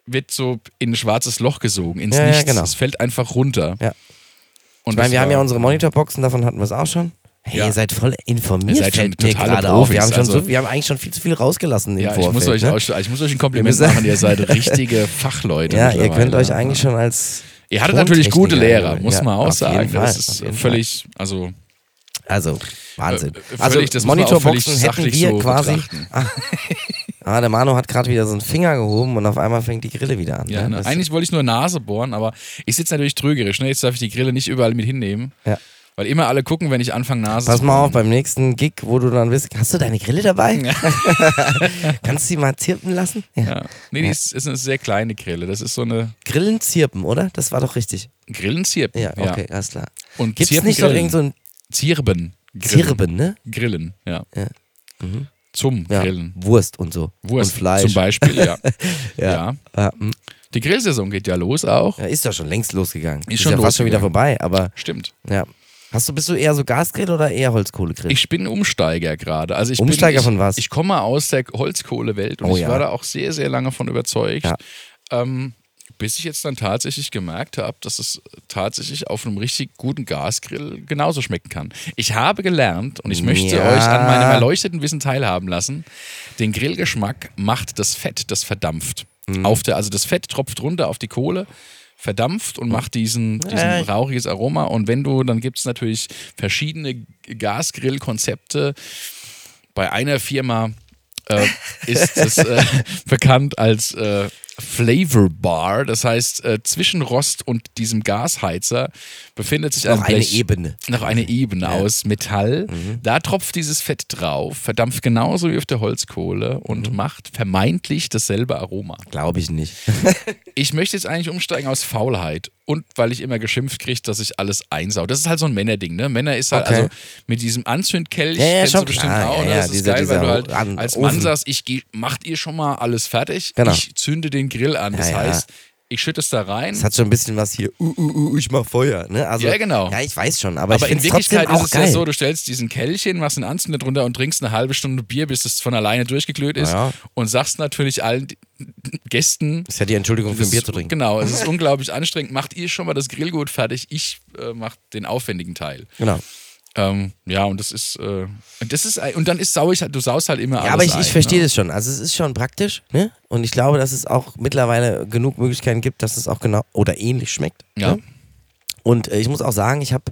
Speaker 2: wird so in ein schwarzes Loch gesogen, ins
Speaker 1: Ja, ja,
Speaker 2: Nichts.
Speaker 1: genau.
Speaker 2: Es fällt einfach runter.
Speaker 1: Ja.
Speaker 2: Und
Speaker 1: Ich meine,
Speaker 2: das
Speaker 1: wir haben ja
Speaker 2: war-
Speaker 1: unsere Monitorboxen, davon hatten wir es auch schon. Hey,
Speaker 2: Ja.
Speaker 1: ihr seid voll informiert.
Speaker 2: Ihr seid schon
Speaker 1: fällt mir
Speaker 2: totale
Speaker 1: gerade auf. Wir
Speaker 2: Profis,
Speaker 1: haben, schon
Speaker 2: also-
Speaker 1: so, wir haben eigentlich schon viel zu viel rausgelassen im
Speaker 2: Ja, ich
Speaker 1: Vorfeld.
Speaker 2: muss, euch
Speaker 1: ne?
Speaker 2: auch, ich muss euch ein Kompliment
Speaker 1: Wir müssen-
Speaker 2: machen, ihr seid richtige Fachleute.
Speaker 1: Ja, ihr könnt
Speaker 2: mittlerweile.
Speaker 1: euch eigentlich schon als.
Speaker 2: Ihr hattet natürlich gute
Speaker 1: Tontechniker
Speaker 2: Lehrer,
Speaker 1: angemeldet.
Speaker 2: muss
Speaker 1: Ja,
Speaker 2: man auch
Speaker 1: auf
Speaker 2: sagen.
Speaker 1: jeden
Speaker 2: Das
Speaker 1: Fall, auf
Speaker 2: ist
Speaker 1: jeden
Speaker 2: völlig, also
Speaker 1: Also, Wahnsinn.
Speaker 2: Äh, äh,
Speaker 1: also,
Speaker 2: völlig, das muss man auch
Speaker 1: Monitorboxen
Speaker 2: völlig
Speaker 1: hätten
Speaker 2: sachlich
Speaker 1: wir
Speaker 2: so
Speaker 1: quasi.
Speaker 2: betrachten.
Speaker 1: Ah, ah, der Manu hat gerade wieder so einen Finger gehoben und auf einmal fängt die Grille wieder an.
Speaker 2: Ja,
Speaker 1: ne?
Speaker 2: ne?
Speaker 1: Das-
Speaker 2: Eigentlich wollte ich nur Nase bohren, aber ich sitze natürlich trügerisch. Ne? Jetzt darf ich die Grille nicht überall mit hinnehmen.
Speaker 1: Ja.
Speaker 2: Weil immer alle gucken, wenn ich anfange, Nase
Speaker 1: Pass
Speaker 2: zu
Speaker 1: mal auf,
Speaker 2: bohren.
Speaker 1: beim nächsten Gig, wo du dann bist, hast du deine Grille dabei? Kannst du die mal zirpen lassen? Ja.
Speaker 2: Ja. Nee, die ist, ist eine sehr kleine Grille. Das ist so eine
Speaker 1: Grillen zirpen, oder? Das war doch richtig.
Speaker 2: Grillenzirpen.
Speaker 1: Ja, okay, alles klar.
Speaker 2: Und
Speaker 1: Gibt es
Speaker 2: Zirpen
Speaker 1: nicht noch
Speaker 2: Grillen.
Speaker 1: irgend so ein
Speaker 2: Zirben. Grillen.
Speaker 1: Zirben, ne?
Speaker 2: Grillen, ja.
Speaker 1: Ja. Mhm.
Speaker 2: Zum
Speaker 1: Ja,
Speaker 2: Grillen.
Speaker 1: Wurst und so.
Speaker 2: Wurst
Speaker 1: und Fleisch.
Speaker 2: zum Beispiel, ja.
Speaker 1: Ja.
Speaker 2: ja.
Speaker 1: Ja, hm.
Speaker 2: Die Grillsaison geht ja los auch.
Speaker 1: ja, ist ja schon längst losgegangen.
Speaker 2: Ist schon
Speaker 1: ja fast schon wieder vorbei, aber
Speaker 2: Stimmt.
Speaker 1: ja. Hast du, bist du eher so Gasgrill oder eher Holzkohlegrill?
Speaker 2: Ich bin Umsteiger gerade. Also ich
Speaker 1: Umsteiger
Speaker 2: bin, ich,
Speaker 1: von was?
Speaker 2: Ich komme aus der Holzkohlewelt und
Speaker 1: Oh
Speaker 2: ich
Speaker 1: ja.
Speaker 2: war da auch sehr, sehr lange von überzeugt.
Speaker 1: Ja.
Speaker 2: Ähm, bis ich jetzt dann tatsächlich gemerkt habe, dass es tatsächlich auf einem richtig guten Gasgrill genauso schmecken kann. Ich habe gelernt und ich möchte
Speaker 1: Ja.
Speaker 2: euch an meinem erleuchteten Wissen teilhaben lassen, den Grillgeschmack macht das Fett, das verdampft.
Speaker 1: Mhm.
Speaker 2: Auf der, also das Fett tropft runter auf die Kohle, verdampft und macht diesen, diesen
Speaker 1: Äh.
Speaker 2: rauchiges Aroma. Und wenn du, dann gibt es natürlich verschiedene Gasgrillkonzepte. Bei einer Firma äh, ist es äh, bekannt als äh, Flavor Bar. Das heißt, äh, zwischen Rost und diesem Gasheizer befindet sich ein
Speaker 1: Noch eine
Speaker 2: Blech.
Speaker 1: Ebene.
Speaker 2: Noch eine Ebene aus Metall.
Speaker 1: Mhm.
Speaker 2: Da tropft dieses Fett drauf, verdampft genauso wie auf der Holzkohle
Speaker 1: Mhm.
Speaker 2: und macht vermeintlich dasselbe Aroma.
Speaker 1: Glaube ich nicht.
Speaker 2: Ich möchte jetzt eigentlich umsteigen aus Faulheit und weil ich immer geschimpft kriege, dass ich alles einsau. Das ist halt so ein Männerding, ne? Männer ist halt,
Speaker 1: Okay.
Speaker 2: also mit diesem Anzündkelch,
Speaker 1: Ja, ja,
Speaker 2: kennst
Speaker 1: schon
Speaker 2: du bestimmt
Speaker 1: klar.
Speaker 2: auch,
Speaker 1: Ja,
Speaker 2: ne?
Speaker 1: ja,
Speaker 2: das ist
Speaker 1: dieser-
Speaker 2: geil, weil
Speaker 1: dieser
Speaker 2: du halt
Speaker 1: An-
Speaker 2: als Mann
Speaker 1: Ofen.
Speaker 2: sagst, ich geh, macht ihr schon mal alles fertig,
Speaker 1: Genau.
Speaker 2: ich zünde den Grill an. Das
Speaker 1: Ja, ja.
Speaker 2: heißt, ich schütte es da rein.
Speaker 1: Es hat schon ein bisschen was hier. Uh, uh, uh, ich mach Feuer. Ne? Also,
Speaker 2: Ja, genau.
Speaker 1: Ja, ich weiß schon, aber,
Speaker 2: aber
Speaker 1: ich
Speaker 2: in
Speaker 1: finde es trotzdem
Speaker 2: Wirklichkeit ist
Speaker 1: auch
Speaker 2: es
Speaker 1: geil.
Speaker 2: ja so, du stellst diesen Kelchchen, machst einen Anzünder drunter und trinkst eine halbe Stunde Bier, bis es von alleine durchgeklöht ist
Speaker 1: Ja.
Speaker 2: und sagst natürlich allen Gästen,
Speaker 1: ist ja die Entschuldigung für ein
Speaker 2: Das-
Speaker 1: Bier zu trinken.
Speaker 2: Genau, es ist unglaublich anstrengend. Macht ihr schon mal das Grillgut fertig? Ich äh, mache den aufwendigen Teil.
Speaker 1: Genau.
Speaker 2: Ähm, ja, und das ist, äh, und das ist, ein- und dann ist sau ich halt, du saust halt immer alles
Speaker 1: Ja, aber ich,
Speaker 2: ein,
Speaker 1: ich verstehe
Speaker 2: ne?
Speaker 1: das schon. Also es ist schon praktisch, ne? Und ich glaube, dass es auch mittlerweile genug Möglichkeiten gibt, dass es auch genau oder ähnlich schmeckt.
Speaker 2: Ja.
Speaker 1: Ne? Und äh, ich muss auch sagen, ich habe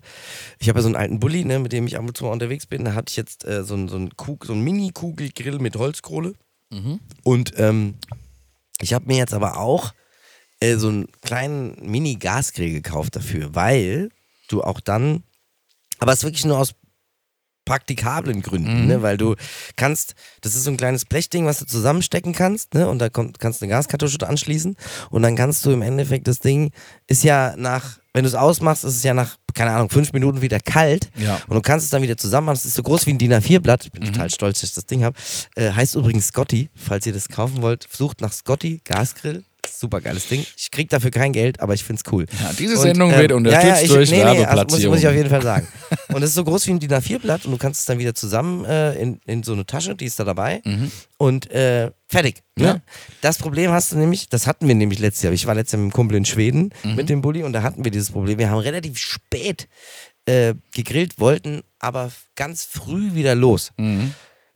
Speaker 1: ich hab ja so einen alten Bulli, ne, mit dem ich ab und zu mal unterwegs bin. Da hatte ich jetzt äh, so einen so einen Kug- so einen Mini-Kugelgrill mit Holzkohle. Und ähm, ich habe mir jetzt aber auch äh, so einen kleinen Mini-Gasgrill gekauft dafür, weil du auch dann, aber es ist wirklich nur aus praktikablen Gründen, ne? weil du kannst, das ist so ein kleines Blechding, was du zusammenstecken kannst, ne? und da kommt, kannst du eine Gaskartusche anschließen und dann kannst du im Endeffekt das Ding, ist ja nach, wenn du es ausmachst, ist es ja nach, keine Ahnung, fünf Minuten wieder kalt
Speaker 2: Ja.
Speaker 1: und du kannst es dann wieder zusammen machen. Es ist so groß wie ein DIN A4-Blatt. Ich bin total stolz, dass ich das Ding habe. Äh, heißt übrigens Scotty. Falls ihr das kaufen wollt, sucht nach Scotty Gasgrill. Super geiles Ding. Ich krieg dafür kein Geld, aber ich find's cool.
Speaker 2: Ja, diese Sendung wird
Speaker 1: ähm,
Speaker 2: unterstützt durch
Speaker 1: muss,
Speaker 2: Werbeplatzierung.
Speaker 1: muss ich auf jeden Fall sagen. und es ist so groß wie ein DIN A4-Blatt und du kannst es dann wieder zusammen äh, in, in so eine Tasche, die ist da dabei. Und äh, fertig. Ne?
Speaker 2: Mhm. Ja.
Speaker 1: Das Problem hast du nämlich, das hatten wir nämlich letztes Jahr. Ich war letztes Jahr mit dem Kumpel in Schweden
Speaker 2: Mhm.
Speaker 1: mit dem Bulli und da hatten wir dieses Problem. Wir haben relativ spät äh, gegrillt, wollten aber f- ganz früh wieder los.
Speaker 2: Mhm.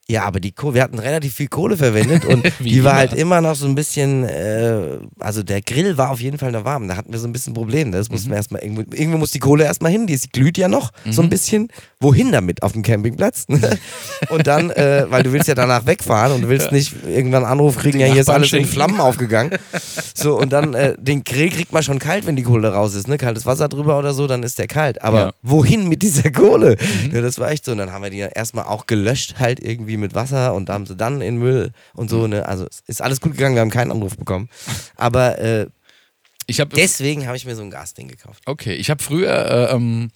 Speaker 1: Ja, aber die Kohle, wir hatten relativ viel Kohle verwendet und
Speaker 2: Wie
Speaker 1: die war
Speaker 2: immer.
Speaker 1: halt immer noch so ein bisschen, äh, also der Grill war auf jeden Fall noch warm. Da hatten wir so ein bisschen Probleme. Das
Speaker 2: Mhm.
Speaker 1: mussten wir erstmal irgendwo, irgendwo muss die Kohle erstmal hin, die ist- die glüht ja noch so ein bisschen. Wohin damit? Auf dem Campingplatz? und dann, äh, weil du willst ja danach wegfahren und du willst nicht irgendwann einen Anruf kriegen, ja, hier ist
Speaker 2: Nachbarn
Speaker 1: alles in
Speaker 2: schicken.
Speaker 1: Flammen aufgegangen. So, und dann, äh, den Grill kriegt man schon kalt, wenn die Kohle raus ist, ne? Kaltes Wasser drüber oder so, dann ist der kalt. Aber
Speaker 2: Ja. Mhm.
Speaker 1: wohin mit dieser Kohle? Ja, das war echt so. Und dann haben wir die ja erstmal auch gelöscht, halt irgendwie mit Wasser und haben sie dann in Müll und so, ne? Also es ist alles gut gegangen, wir haben keinen Anruf bekommen. Aber äh,
Speaker 2: Ich habe
Speaker 1: deswegen habe ich mir so ein Gasding gekauft.
Speaker 2: Okay, ich habe früher, äh, ähm,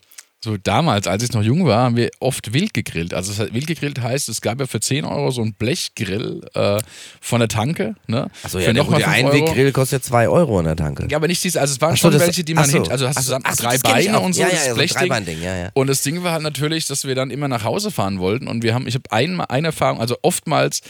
Speaker 2: so damals, als ich noch jung war, haben wir oft wild gegrillt. Also das heißt, wild gegrillt heißt, es gab ja für 10 Euro so einen Blechgrill äh, von der Tanke. Ne?
Speaker 1: Achso,
Speaker 2: für
Speaker 1: ja,
Speaker 2: noch
Speaker 1: der
Speaker 2: mal
Speaker 1: der
Speaker 2: 5 Euro.
Speaker 1: Einweggrill kostet ja 2 Euro in der Tanke.
Speaker 2: Ja, aber nicht diese, also es waren
Speaker 1: Ach so,
Speaker 2: schon
Speaker 1: das-
Speaker 2: welche, die man
Speaker 1: ach so,
Speaker 2: hinten, also hast
Speaker 1: ach
Speaker 2: du
Speaker 1: so,
Speaker 2: dann
Speaker 1: ach so,
Speaker 2: drei
Speaker 1: das kenn ich
Speaker 2: Beine
Speaker 1: auch.
Speaker 2: und so,
Speaker 1: Ja,
Speaker 2: das
Speaker 1: ja, ja, so ein
Speaker 2: Blechding.
Speaker 1: Dreibeinding, ja, ja.
Speaker 2: Und das Ding war halt natürlich, dass wir dann immer nach Hause fahren wollten und wir haben, ich habe einmal eine Erfahrung, also oftmals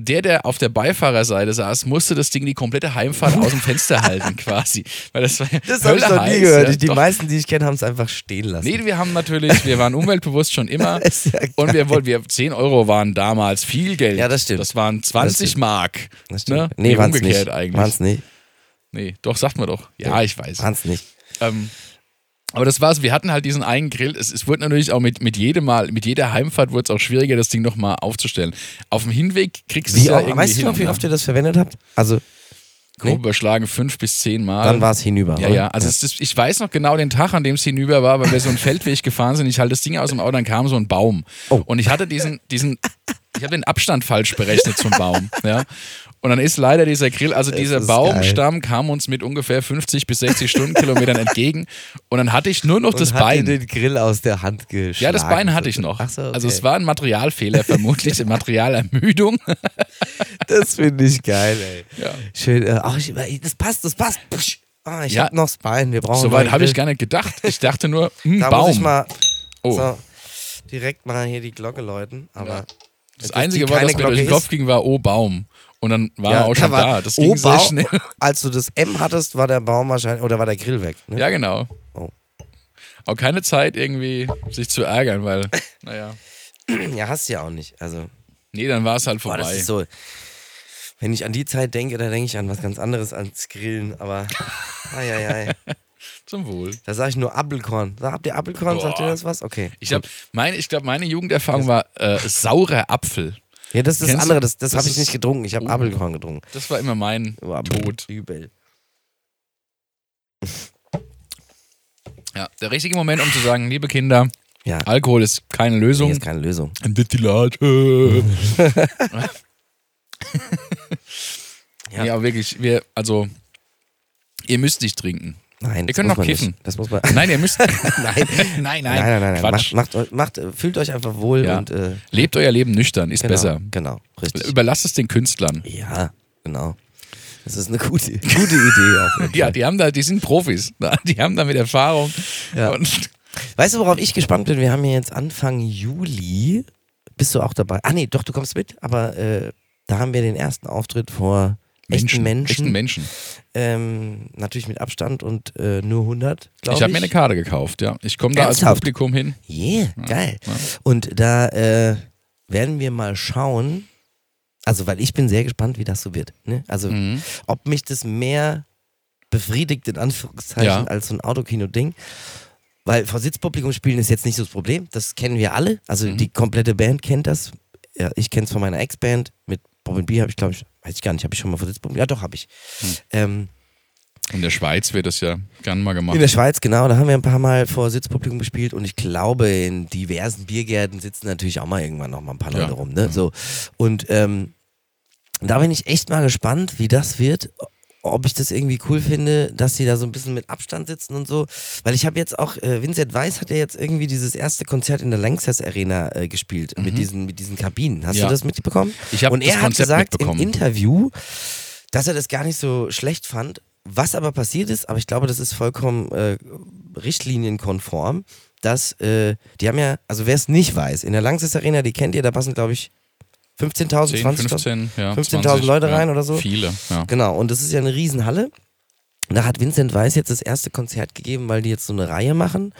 Speaker 2: der, der auf der Beifahrerseite saß, musste das Ding die komplette Heimfahrt aus dem Fenster halten, quasi. Weil das war ja
Speaker 1: Das habe ich
Speaker 2: Hölle
Speaker 1: noch nie
Speaker 2: heiß,
Speaker 1: gehört.
Speaker 2: ja,
Speaker 1: Ich- die
Speaker 2: doch.
Speaker 1: meisten, die ich kenne, haben es einfach stehen lassen.
Speaker 2: Nee, wir haben natürlich, wir waren umweltbewusst schon immer.
Speaker 1: Ist ja geil.
Speaker 2: und wir wollten, wir 10 Euro waren damals viel Geld.
Speaker 1: Ja, das stimmt.
Speaker 2: Das waren 20
Speaker 1: Das stimmt.
Speaker 2: Mark.
Speaker 1: Das stimmt.
Speaker 2: Ne?
Speaker 1: Nee, waren's
Speaker 2: umgekehrt
Speaker 1: nicht.
Speaker 2: eigentlich.
Speaker 1: Waren's nicht.
Speaker 2: Nee, doch, sagt man doch. Ja, ich weiß.
Speaker 1: Waren's nicht.
Speaker 2: Ähm, aber das war's. Wir hatten halt diesen einen Grill. Es, es wurde natürlich auch mit, mit jedem Mal, mit jeder Heimfahrt wurde es auch schwieriger, das Ding nochmal aufzustellen. Auf dem Hinweg kriegst du es
Speaker 1: Wie,
Speaker 2: ja
Speaker 1: oft-
Speaker 2: irgendwie
Speaker 1: weißt du noch,
Speaker 2: hin,
Speaker 1: wie
Speaker 2: ne?
Speaker 1: oft ihr das verwendet habt? Also,
Speaker 2: Grob überschlagen fünf bis zehn Mal.
Speaker 1: dann war es hinüber.
Speaker 2: Ähm, Ja,
Speaker 1: oder?
Speaker 2: ja. Also es ist, ich weiß noch genau den Tag, an dem es hinüber war, weil wir so einen Feldweg gefahren sind. Ich halte das Ding aus dem Auto, dann kam so ein Baum.
Speaker 1: Oh.
Speaker 2: Und ich hatte diesen, diesen, ich habe den Abstand falsch berechnet zum Baum. Ja. Und dann ist leider dieser Grill, also dieser
Speaker 1: ist
Speaker 2: Baumstamm kam uns mit ungefähr 50 bis 60 Stundenkilometern entgegen. Und dann hatte ich nur noch
Speaker 1: Und
Speaker 2: das
Speaker 1: hat
Speaker 2: Bein.
Speaker 1: dir den Grill aus der Hand geschlagen.
Speaker 2: Ja, das Bein hatte ich noch.
Speaker 1: Ach so, okay.
Speaker 2: Also es war ein Materialfehler, vermutlich eine Materialermüdung.
Speaker 1: Das finde ich geil, ey.
Speaker 2: Ja.
Speaker 1: Schön. Äh, ach, ich, ey, das passt, das passt. Psch. Ah, ich
Speaker 2: Ja.
Speaker 1: hab noch das Bein. Wir brauchen
Speaker 2: Soweit
Speaker 1: noch
Speaker 2: habe ich
Speaker 1: einen
Speaker 2: gar nicht gedacht. Ich dachte nur,
Speaker 1: Grill.
Speaker 2: hm,
Speaker 1: Oh Da muss ich
Speaker 2: Baum.
Speaker 1: mal
Speaker 2: Oh.
Speaker 1: so, direkt mal hier die Glocke läuten. Aber
Speaker 2: Ja. Das
Speaker 1: dass
Speaker 2: Einzige
Speaker 1: die
Speaker 2: war,
Speaker 1: keine
Speaker 2: das mir durch
Speaker 1: Glocke
Speaker 2: den Kopf ging, war, oh Baum. Und dann war er auch schon
Speaker 1: war-
Speaker 2: da. Das ging
Speaker 1: oh,
Speaker 2: sehr
Speaker 1: Bau-
Speaker 2: schnell.
Speaker 1: Als du das M hattest, war der Baum wahrscheinlich, oder war der Grill weg. Ne?
Speaker 2: Ja, genau.
Speaker 1: Oh.
Speaker 2: Auch keine Zeit, irgendwie sich zu ärgern, weil, naja.
Speaker 1: Ja, hast du ja auch nicht. Also,
Speaker 2: Nee, dann war es halt
Speaker 1: boah,
Speaker 2: vorbei.
Speaker 1: das ist so. Wenn ich an die Zeit denke, dann denke ich an was ganz anderes, ans Grillen. Aber, ai, ai, ai.
Speaker 2: Zum Wohl.
Speaker 1: da sage ich nur Apfelkorn. Sag, Habt ihr Apfelkorn? Sagt ihr
Speaker 2: Boah.
Speaker 1: das was? Okay.
Speaker 2: Ich glaube, meine, ich glaub, meine Jugenderfahrung war äh, saurer Apfel.
Speaker 1: ja, das ist das
Speaker 2: Kennst du-
Speaker 1: andere. Das, das,
Speaker 2: das
Speaker 1: habe ich
Speaker 2: ist-
Speaker 1: nicht getrunken. Ich habe
Speaker 2: Oh.
Speaker 1: Apfelkorn getrunken.
Speaker 2: Das war immer mein
Speaker 1: Boah,
Speaker 2: Tod.
Speaker 1: Übel.
Speaker 2: Ja, der richtige Moment, um zu sagen, liebe Kinder,
Speaker 1: Ja,
Speaker 2: Alkohol ist keine Lösung.
Speaker 1: hier ist keine Lösung.
Speaker 2: Ein Destillat. äh.
Speaker 1: Ja.
Speaker 2: ja. aber wirklich, wir, also, ihr müsst nicht trinken.
Speaker 1: Nein,
Speaker 2: Ihr
Speaker 1: das
Speaker 2: könnt
Speaker 1: muss
Speaker 2: noch
Speaker 1: man
Speaker 2: kiffen.
Speaker 1: Nicht. Das muss man.
Speaker 2: Nein, ihr müsst.
Speaker 1: Nein.
Speaker 2: nein, nein,
Speaker 1: Nein, nein, nein. nein.
Speaker 2: Quatsch.
Speaker 1: Macht, macht, eu- macht, äh, fühlt euch einfach wohl
Speaker 2: Ja.
Speaker 1: und äh,
Speaker 2: Lebt euer Leben nüchtern, ist
Speaker 1: genau,
Speaker 2: besser.
Speaker 1: Genau, richtig.
Speaker 2: Überlasst es den Künstlern.
Speaker 1: Ja, genau. Das ist eine gute, gute Idee. Auf jeden Fall.
Speaker 2: Ja, die haben da, die sind Profis. Die haben damit Erfahrung.
Speaker 1: Ja.
Speaker 2: Und
Speaker 1: Weißt du, worauf ich gespannt bin? Wir haben ja jetzt Anfang Juli. Bist du auch dabei? Ah, nee, doch, du kommst mit. Aber äh, da haben wir den ersten Auftritt vor echten
Speaker 2: Menschen.
Speaker 1: Menschen.
Speaker 2: Echten Menschen.
Speaker 1: Ähm, natürlich mit Abstand und äh, nur 100, glaube ich.
Speaker 2: Ich habe mir eine Karte gekauft, ja. Ich komme da als
Speaker 1: Ernsthaft?
Speaker 2: Publikum hin.
Speaker 1: Yeah, geil. Und da äh, werden wir mal schauen, also weil ich bin sehr gespannt, wie das so wird. Ne? Also
Speaker 2: Mhm.
Speaker 1: ob mich das mehr befriedigt, in Anführungszeichen,
Speaker 2: Ja.
Speaker 1: als so ein Autokino-Ding. Weil vor Sitzpublikum spielen ist jetzt nicht so das Problem. Das kennen wir alle. Also
Speaker 2: Mhm.
Speaker 1: die komplette Band kennt das. Ja, ich kenne es von meiner Ex-Band. Mit Robin B. habe ich, glaube ich, weiß ich gar nicht, habe ich schon mal vor Sitzpublikum? Ja, doch, habe ich.
Speaker 2: Hm.
Speaker 1: Ähm,
Speaker 2: In der Schweiz wird das ja gern mal gemacht.
Speaker 1: in der Schweiz, genau. Da haben wir ein paar Mal vor Sitzpublikum gespielt und ich glaube, in diversen Biergärten sitzen natürlich auch mal irgendwann noch mal ein paar Leute
Speaker 2: Ja. Mhm.
Speaker 1: rum. Ne? So. Und ähm, da bin ich echt mal gespannt, wie das wird. Ob ich das irgendwie cool finde, dass sie da so ein bisschen mit Abstand sitzen und so. Weil ich habe jetzt auch, äh, Vincent Weiss hat ja jetzt irgendwie dieses erste Konzert in der Lanxess Arena äh, gespielt, mit, diesen, mit diesen Kabinen. Hast
Speaker 2: Mhm. Ja.
Speaker 1: du das mitbekommen?
Speaker 2: Ich hab
Speaker 1: Und
Speaker 2: das
Speaker 1: er hat
Speaker 2: Konzept
Speaker 1: gesagt im
Speaker 2: mitbekommen.
Speaker 1: Interview, dass er das gar nicht so schlecht fand. Was aber passiert ist, aber ich glaube, das ist vollkommen äh, richtlinienkonform, dass äh, die haben ja, also wer es nicht weiß, in der Lanxess Arena, die kennt ihr, da passen glaube ich 15.000,
Speaker 2: 10,
Speaker 1: 20.000.
Speaker 2: 15, ja,
Speaker 1: 15.000
Speaker 2: 20,
Speaker 1: Leute
Speaker 2: ja,
Speaker 1: rein oder so.
Speaker 2: Viele, ja.
Speaker 1: Genau, und das ist ja eine Riesenhalle. Und Da hat Vincent Weiss jetzt das erste Konzert gegeben, weil die jetzt so eine Reihe machen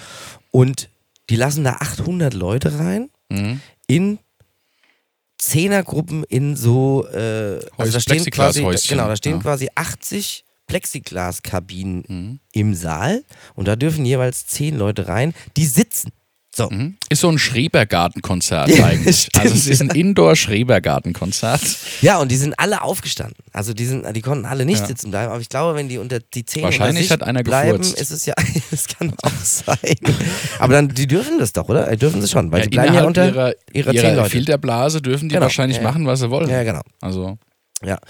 Speaker 1: und die lassen da 800 Leute rein
Speaker 2: Mhm.
Speaker 1: in Zehnergruppen in so äh, also da stehen quasi
Speaker 2: Plexiglas-Häuschen.
Speaker 1: genau da stehen
Speaker 2: Ja.
Speaker 1: quasi 80 Plexiglaskabinen
Speaker 2: Mhm.
Speaker 1: im Saal und da dürfen jeweils zehn Leute rein, die sitzen. So,
Speaker 2: Mhm. Ist so ein Schrebergartenkonzert
Speaker 1: Ja,
Speaker 2: eigentlich.
Speaker 1: stimmt,
Speaker 2: also es ist ein Indoor-Schrebergartenkonzert.
Speaker 1: ja und die sind alle aufgestanden. Also die sind, die konnten alle nicht
Speaker 2: Ja.
Speaker 1: sitzen bleiben. Aber ich glaube, wenn die unter die zehn
Speaker 2: Wahrscheinlich
Speaker 1: unter sich
Speaker 2: hat einer
Speaker 1: bleiben,
Speaker 2: gefurzt.
Speaker 1: ist es ja, es kann auch sein. Aber dann, die dürfen das doch, oder? Die dürfen sie schon, weil
Speaker 2: Ja,
Speaker 1: die Also bleiben ja unter
Speaker 2: ihrer,
Speaker 1: ihrer
Speaker 2: ihrer,
Speaker 1: zehn Leute.
Speaker 2: Filterblase dürfen die
Speaker 1: Genau,
Speaker 2: wahrscheinlich
Speaker 1: ja, ja.
Speaker 2: machen, was sie wollen.
Speaker 1: Ja, genau.
Speaker 2: Also
Speaker 1: Ja.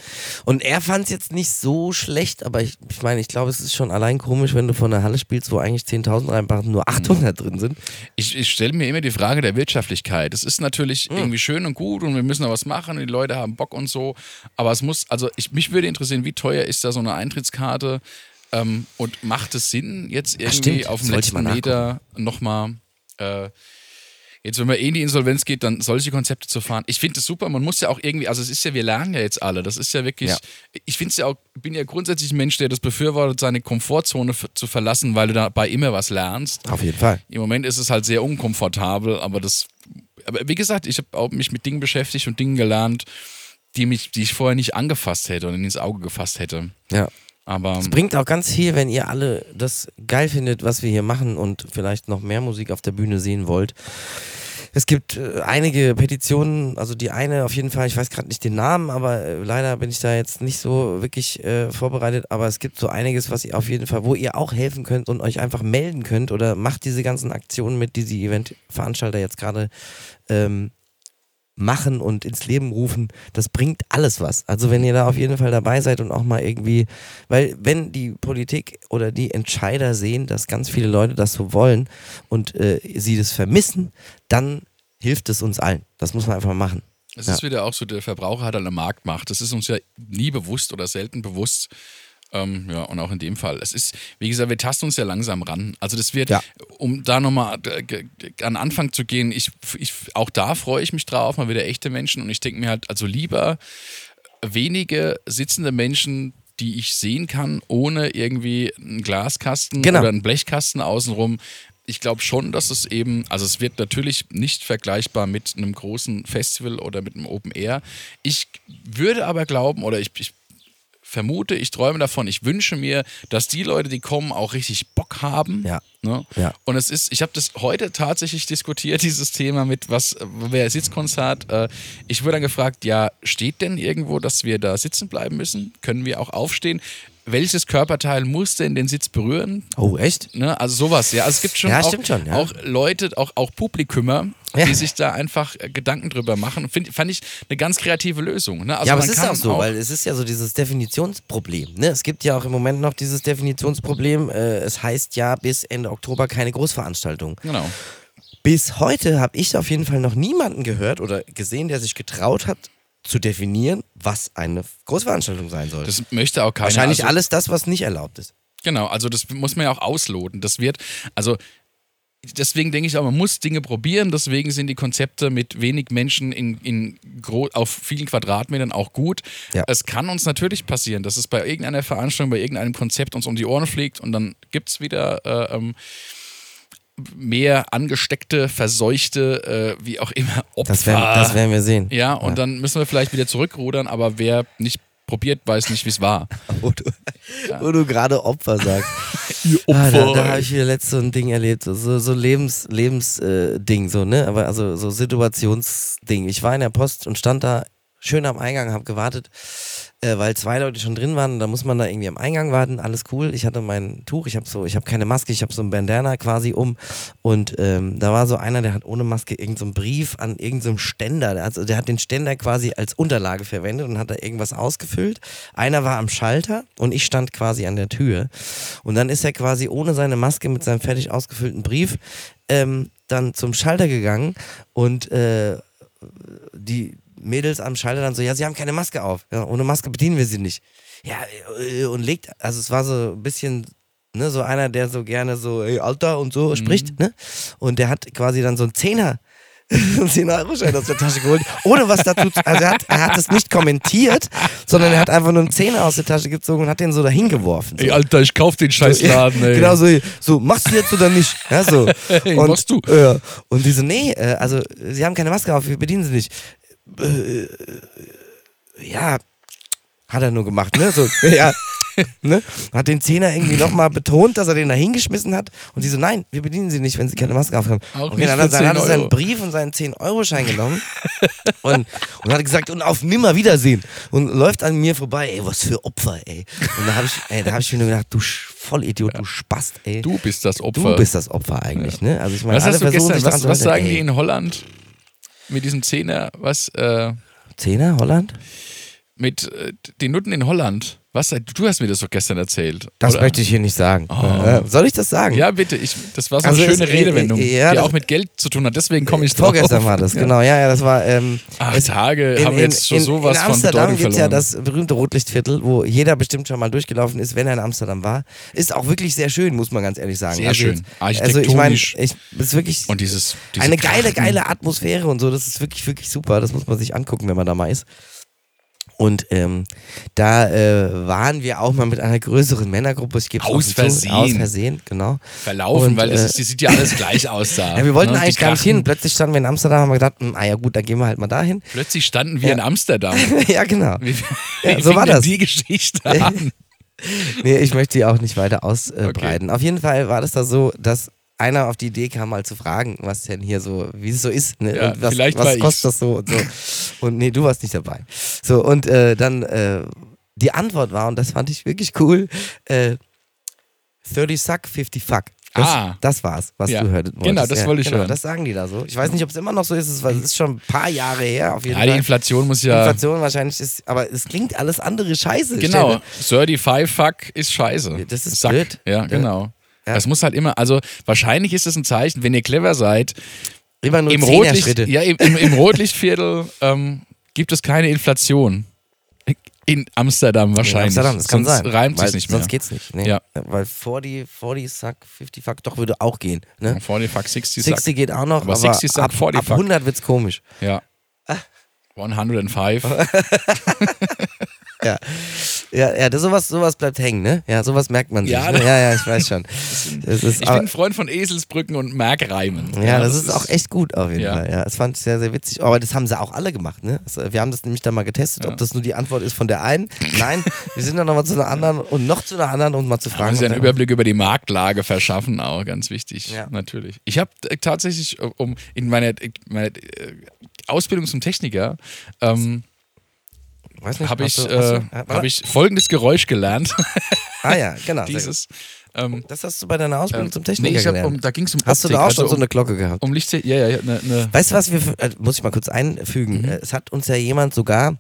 Speaker 1: Und er fand es jetzt nicht so schlecht, aber ich, ich meine, ich glaube, es ist schon allein komisch, wenn du von einer Halle spielst, wo eigentlich 10.000 reinpassen, nur 800 drin sind.
Speaker 2: ich, ich stelle mir immer die Frage der Wirtschaftlichkeit. Es ist
Speaker 1: Hm.
Speaker 2: natürlich irgendwie schön und gut und wir müssen da was machen und die Leute haben Bock und so. Aber es muss, also ich, mich würde interessieren, wie teuer ist da so eine Eintrittskarte ähm, und macht es Sinn, jetzt irgendwie
Speaker 1: stimmt.
Speaker 2: auf dem
Speaker 1: Das wollte ich
Speaker 2: letzten
Speaker 1: mal
Speaker 2: Meter nochmal. Äh, Jetzt, wenn man eh in die Insolvenz geht, dann solche Konzepte zu fahren. Ich finde es super. Man muss ja auch irgendwie, also es ist ja, wir lernen ja jetzt alle. Das ist ja wirklich,
Speaker 1: Ja.
Speaker 2: ich finde es ja auch, bin ja grundsätzlich ein Mensch, der das befürwortet, seine Komfortzone f- zu verlassen, weil du dabei immer was lernst.
Speaker 1: Auf jeden Fall.
Speaker 2: Im Moment ist es halt sehr unkomfortabel, aber das. Aber wie gesagt, ich habe auch mich mit Dingen beschäftigt und Dingen gelernt, die mich, die ich vorher nicht angefasst hätte und ins Auge gefasst hätte.
Speaker 1: Ja.
Speaker 2: Aber
Speaker 1: Es bringt auch ganz viel, wenn ihr alle das geil findet, was wir hier machen und vielleicht noch mehr Musik auf der Bühne sehen wollt. Es gibt äh, einige Petitionen, also die eine auf jeden Fall, ich weiß gerade nicht den Namen, aber äh, leider bin ich da jetzt nicht so wirklich äh, vorbereitet, aber es gibt so einiges, was ihr auf jeden Fall, wo ihr auch helfen könnt und euch einfach melden könnt oder macht diese ganzen Aktionen mit, die die Eventveranstalter jetzt gerade ähm, machen und ins Leben rufen, das bringt alles was. Also wenn ihr da auf jeden Fall dabei seid und auch mal irgendwie, weil wenn die Politik oder die Entscheider sehen, dass ganz viele Leute das so wollen und äh, sie das vermissen, dann hilft es uns allen. Das muss man einfach machen.
Speaker 2: es ist wieder auch so, der Verbraucher hat halt eine Marktmacht. Das ist uns ja nie bewusst oder selten bewusst. Ähm, ja, und auch in dem Fall. Es ist, wie gesagt, wir tasten uns ja langsam ran. Also das wird,
Speaker 1: Ja.
Speaker 2: um da nochmal äh, g- g- an Anfang zu gehen, ich, ich, auch da freue ich mich drauf, mal wieder echte Menschen und ich denke mir halt, also lieber wenige sitzende Menschen, die ich sehen kann, ohne irgendwie einen Glaskasten
Speaker 1: Genau.
Speaker 2: oder einen Blechkasten außenrum. Ich glaube schon, dass es eben, also es wird natürlich nicht vergleichbar mit einem großen Festival oder mit einem Open Air. Ich würde aber glauben, oder ich, ich vermute, ich träume davon, ich wünsche mir, dass die Leute, die kommen, auch richtig Bock haben.
Speaker 1: Ja.
Speaker 2: Ne?
Speaker 1: Ja.
Speaker 2: Und es ist, ich habe das heute tatsächlich diskutiert, dieses Thema mit was, äh, wer Sitzkonzert. Äh, ich wurde dann gefragt, ja, steht denn irgendwo, dass wir da sitzen bleiben müssen? Können wir auch aufstehen? Welches Körperteil muss denn den Sitz berühren?
Speaker 1: Oh, echt?
Speaker 2: Ne? Also sowas, ja. Also es gibt schon,
Speaker 1: Ja,
Speaker 2: auch,
Speaker 1: stimmt schon, ja.
Speaker 2: auch Leute, auch, auch Publikümer,
Speaker 1: Ja.
Speaker 2: die sich da einfach äh, Gedanken drüber machen. Find, fand ich eine ganz kreative Lösung. Ne? Also
Speaker 1: ja, aber
Speaker 2: man
Speaker 1: es ist
Speaker 2: kann
Speaker 1: auch so, weil es ist ja so dieses Definitionsproblem. Ne? Es gibt ja auch im Moment noch dieses Definitionsproblem. Äh, es heißt ja bis Ende Oktober keine Großveranstaltung.
Speaker 2: Genau.
Speaker 1: Bis heute habe ich auf jeden Fall noch niemanden gehört oder gesehen, der sich getraut hat, zu definieren, was eine Großveranstaltung sein soll.
Speaker 2: Das möchte auch keiner.
Speaker 1: Wahrscheinlich
Speaker 2: also,
Speaker 1: alles das, was nicht erlaubt ist.
Speaker 2: Genau, also das muss man ja auch ausloten. Das wird, also deswegen denke ich auch, man muss Dinge probieren. Deswegen sind die Konzepte mit wenig Menschen in, in gro auf vielen Quadratmetern auch gut.
Speaker 1: Ja.
Speaker 2: Es kann uns natürlich passieren, dass es bei irgendeiner Veranstaltung, bei irgendeinem Konzept uns um die Ohren fliegt und dann gibt es wieder äh, ähm, mehr angesteckte, verseuchte, äh, wie auch immer, Opfer.
Speaker 1: Das werden, das werden wir sehen.
Speaker 2: ja, und dann müssen wir vielleicht wieder zurückrudern, aber wer nicht probiert, weiß nicht, wie es war.
Speaker 1: Wo du, wo du gerade Opfer sagst.
Speaker 2: Ihr
Speaker 1: Ah, da da habe ich wieder letztes so ein Ding erlebt, so- so, so Lebens, Lebens, äh, Ding, so, ne? Aber also so Situationsding. Ich war in der Post und stand da schön am Eingang, habe gewartet, äh, weil zwei Leute schon drin waren. Da muss man da irgendwie am Eingang warten. Alles cool. Ich hatte mein Tuch, ich habe so, ich habe keine Maske, ich habe so ein Bandana quasi um. Und ähm, da war so einer, der hat ohne Maske irgendeinen so einen Brief an irgendeinem Ständer. Der hat, so- der hat den Ständer quasi als Unterlage verwendet und hat da irgendwas ausgefüllt. Einer war am Schalter und ich stand quasi an der Tür. Und dann ist er quasi ohne seine Maske mit seinem fertig ausgefüllten Brief ähm, dann zum Schalter gegangen und äh, die Mädels am Schalter dann so, ja, sie haben keine Maske auf. Ja, ohne Maske bedienen wir sie nicht. Ja, äh, und legt, also es war so ein bisschen, ne, so einer, der so gerne so, ey, Alter und so spricht, ne? Und der hat quasi dann so einen Zehner. einen 10-Euro-Schein aus der Tasche geholt, ohne was dazu zu. Also, er hat, er hat es nicht kommentiert, sondern er hat einfach nur einen Zehner aus der Tasche gezogen und hat den so dahin geworfen. So.
Speaker 2: Ey, Alter, ich kauf den Scheißladen, ey.
Speaker 1: Genau so, so, machst du jetzt oder nicht? Ja, so.
Speaker 2: Hey,
Speaker 1: und,
Speaker 2: machst du?
Speaker 1: Ja. Und die so, nee, äh, also, sie haben keine Maske auf, wir bedienen sie nicht. Äh, äh, ja, hat er nur gemacht, ne? So, ja. Ne? Hat den Zehner irgendwie nochmal betont, dass er den da hingeschmissen hat. Und die so, nein, wir bedienen sie nicht, wenn sie keine Maske aufhaben.
Speaker 2: Auch
Speaker 1: und
Speaker 2: nicht
Speaker 1: dann,
Speaker 2: für
Speaker 1: hat- dann hat er
Speaker 2: 10 Euro.
Speaker 1: seinen Brief und seinen 10-Euro-Schein genommen und, und hat gesagt, und auf Nimmerwiedersehen. Und läuft an mir vorbei, ey, was für Opfer, ey. Und da habe ich, ey, da hab ich mir nur gedacht, du Sch- Vollidiot, du Spast, ey.
Speaker 2: Du bist das Opfer.
Speaker 1: Du bist das Opfer eigentlich, ne? Also ich meine,
Speaker 2: was
Speaker 1: alle
Speaker 2: hast du
Speaker 1: versuchen
Speaker 2: gestern,
Speaker 1: sich
Speaker 2: was,
Speaker 1: daran
Speaker 2: was
Speaker 1: zu
Speaker 2: sagen die
Speaker 1: halten,
Speaker 2: in Holland mit diesem Zehner, was äh,
Speaker 1: ey. Zehner, Holland?
Speaker 2: mit äh, den Nutten in Holland? Was, du hast mir das doch gestern erzählt.
Speaker 1: Das
Speaker 2: oder? Oh.
Speaker 1: möchte ich hier nicht sagen. Äh, Soll ich das sagen?
Speaker 2: Ja, bitte, ich, das war so
Speaker 1: Also
Speaker 2: eine
Speaker 1: es-
Speaker 2: schöne
Speaker 1: äh,
Speaker 2: Redewendung,
Speaker 1: äh, ja,
Speaker 2: die
Speaker 1: das-
Speaker 2: auch mit Geld zu tun hat. Deswegen komme ich drauf.
Speaker 1: Vorgestern war das, genau. Ja, ja, das war. Ähm,
Speaker 2: Acht Tage Äh, haben wir jetzt schon
Speaker 1: in,
Speaker 2: sowas
Speaker 1: in
Speaker 2: von
Speaker 1: Amsterdam
Speaker 2: Bedeutung
Speaker 1: gibt es ja
Speaker 2: verloren.
Speaker 1: das berühmte Rotlichtviertel, wo jeder bestimmt schon mal durchgelaufen ist, wenn er in Amsterdam war. Ist auch wirklich sehr schön, muss man ganz ehrlich sagen.
Speaker 2: Sehr
Speaker 1: also
Speaker 2: schön.
Speaker 1: Jetzt, also ich meine,
Speaker 2: Architektonisch.
Speaker 1: ich, es ist wirklich
Speaker 2: Und dieses, diese
Speaker 1: eine geile,
Speaker 2: Krachten.
Speaker 1: geile Atmosphäre und so. Das ist wirklich, wirklich super. Das muss man sich angucken, wenn man da mal ist. Und ähm, da äh, waren wir auch mal mit einer größeren Männergruppe. Ich geb's
Speaker 2: Aus
Speaker 1: offen zu,
Speaker 2: Versehen.
Speaker 1: Aus Versehen, genau.
Speaker 2: Verlaufen,
Speaker 1: Und,
Speaker 2: weil das
Speaker 1: äh,
Speaker 2: ist, die sieht ja alles gleich aus da.
Speaker 1: Ja, wir wollten
Speaker 2: Ne? Die
Speaker 1: eigentlich gar nicht
Speaker 2: Krachten.
Speaker 1: hin. Plötzlich standen wir in Amsterdam und haben gedacht, hm, ah ja gut, dann gehen wir halt mal dahin.
Speaker 2: Plötzlich standen wir in Amsterdam.
Speaker 1: ja, genau.
Speaker 2: Wie,
Speaker 1: Ja,
Speaker 2: wie
Speaker 1: so war
Speaker 2: fing denn
Speaker 1: das. Äh,
Speaker 2: Die Geschichte an.
Speaker 1: Nee, ich möchte die auch nicht weiter ausbreiten. Auf jeden Fall war das da so, dass einer auf die Idee kam, mal zu fragen, was denn hier so, wie es so ist, ne?
Speaker 2: Ja,
Speaker 1: und was,
Speaker 2: vielleicht war
Speaker 1: was
Speaker 2: ich's.
Speaker 1: kostet das so und so. Und nee, du warst nicht dabei. So, und äh, dann äh, die Antwort war, und das fand ich wirklich cool, äh, 30 suck, 50 fuck. Das,
Speaker 2: Ah.
Speaker 1: das war's, was
Speaker 2: Ja.
Speaker 1: du hörtest.
Speaker 2: Genau, das wollte ich
Speaker 1: genau,
Speaker 2: hören.
Speaker 1: Das sagen die da so. Ich weiß nicht, ob es immer noch so ist, es war- es ist schon ein paar Jahre her. Auf jeden
Speaker 2: Ja, die
Speaker 1: Fall.
Speaker 2: Inflation muss ja.
Speaker 1: Inflation wahrscheinlich ist, aber es klingt alles andere Scheiße. Stell
Speaker 2: Genau,
Speaker 1: dir-
Speaker 2: 35 Fuck ist scheiße.
Speaker 1: Das ist
Speaker 2: Sack.
Speaker 1: blöd.
Speaker 2: Ja,
Speaker 1: Ja.
Speaker 2: genau.
Speaker 1: Ja.
Speaker 2: Das muss halt immer, also wahrscheinlich ist es ein Zeichen, wenn ihr clever seid,
Speaker 1: Immer nur
Speaker 2: im, Rotlicht,
Speaker 1: Zehner-Schritte.
Speaker 2: ja, im, im, im Rotlichtviertel ähm, gibt es keine Inflation. In Amsterdam wahrscheinlich.
Speaker 1: In Amsterdam, das kann
Speaker 2: sonst
Speaker 1: sein.
Speaker 2: reimt
Speaker 1: Weil
Speaker 2: sich nicht mehr.
Speaker 1: Sonst geht's nicht. Nee.
Speaker 2: Ja.
Speaker 1: Weil 40, 40 Sack, 50 Fuck, doch würde auch gehen. Ne?
Speaker 2: 40 Fuck, 60 Sack.
Speaker 1: 60 geht auch noch,
Speaker 2: Aber
Speaker 1: aber,
Speaker 2: 60 Sack,
Speaker 1: ab,
Speaker 2: 40
Speaker 1: ab
Speaker 2: Fuck.
Speaker 1: 100 wird's komisch.
Speaker 2: Ja. 105.
Speaker 1: ja. Ja, ja das, sowas, sowas bleibt hängen, ne? Ja, sowas merkt man sich.
Speaker 2: Ja,
Speaker 1: Ja, ne?
Speaker 2: das-
Speaker 1: ja, ja, ich weiß schon. Das ist,
Speaker 2: Ich
Speaker 1: aber-
Speaker 2: bin Freund von Eselsbrücken und Merkreimen.
Speaker 1: ja, das, ist auch echt gut auf jeden
Speaker 2: Ja.
Speaker 1: Fall. Ja, das fand ich sehr, sehr witzig. Aber das haben sie auch alle gemacht, ne? Also, wir haben das nämlich dann mal getestet, ob das nur die Antwort ist von der einen. Nein, wir sind dann nochmal zu einer anderen und noch zu einer anderen, um mal zu
Speaker 2: Man
Speaker 1: fragen.
Speaker 2: muss ja
Speaker 1: ob
Speaker 2: Also einen
Speaker 1: der-
Speaker 2: Überblick über die Marktlage verschaffen, auch ganz wichtig,
Speaker 1: Ja.
Speaker 2: natürlich. Ich habe tatsächlich, äh, um in meiner, äh, meiner äh, Ausbildung zum Techniker, ähm,
Speaker 1: Weiß nicht,
Speaker 2: habe
Speaker 1: hast
Speaker 2: ich,
Speaker 1: du- hast du-
Speaker 2: äh,
Speaker 1: warte.
Speaker 2: hab ich folgendes Geräusch gelernt.
Speaker 1: Ah ja, genau. sehr gut.
Speaker 2: dieses. Ähm,
Speaker 1: Das hast du bei deiner Ausbildung
Speaker 2: ähm,
Speaker 1: zum Techniker
Speaker 2: ich hab
Speaker 1: gelernt.
Speaker 2: Um, da ging es um
Speaker 1: hast du
Speaker 2: Optik,
Speaker 1: da auch schon
Speaker 2: also
Speaker 1: so
Speaker 2: um,
Speaker 1: eine Glocke gehabt?
Speaker 2: um Licht? Ja, ja, ja. Ne, ne,
Speaker 1: Weißt du, was wir, für- äh, muss ich mal kurz
Speaker 2: Mhm.
Speaker 1: einfügen, äh, es hat uns ja jemand sogar,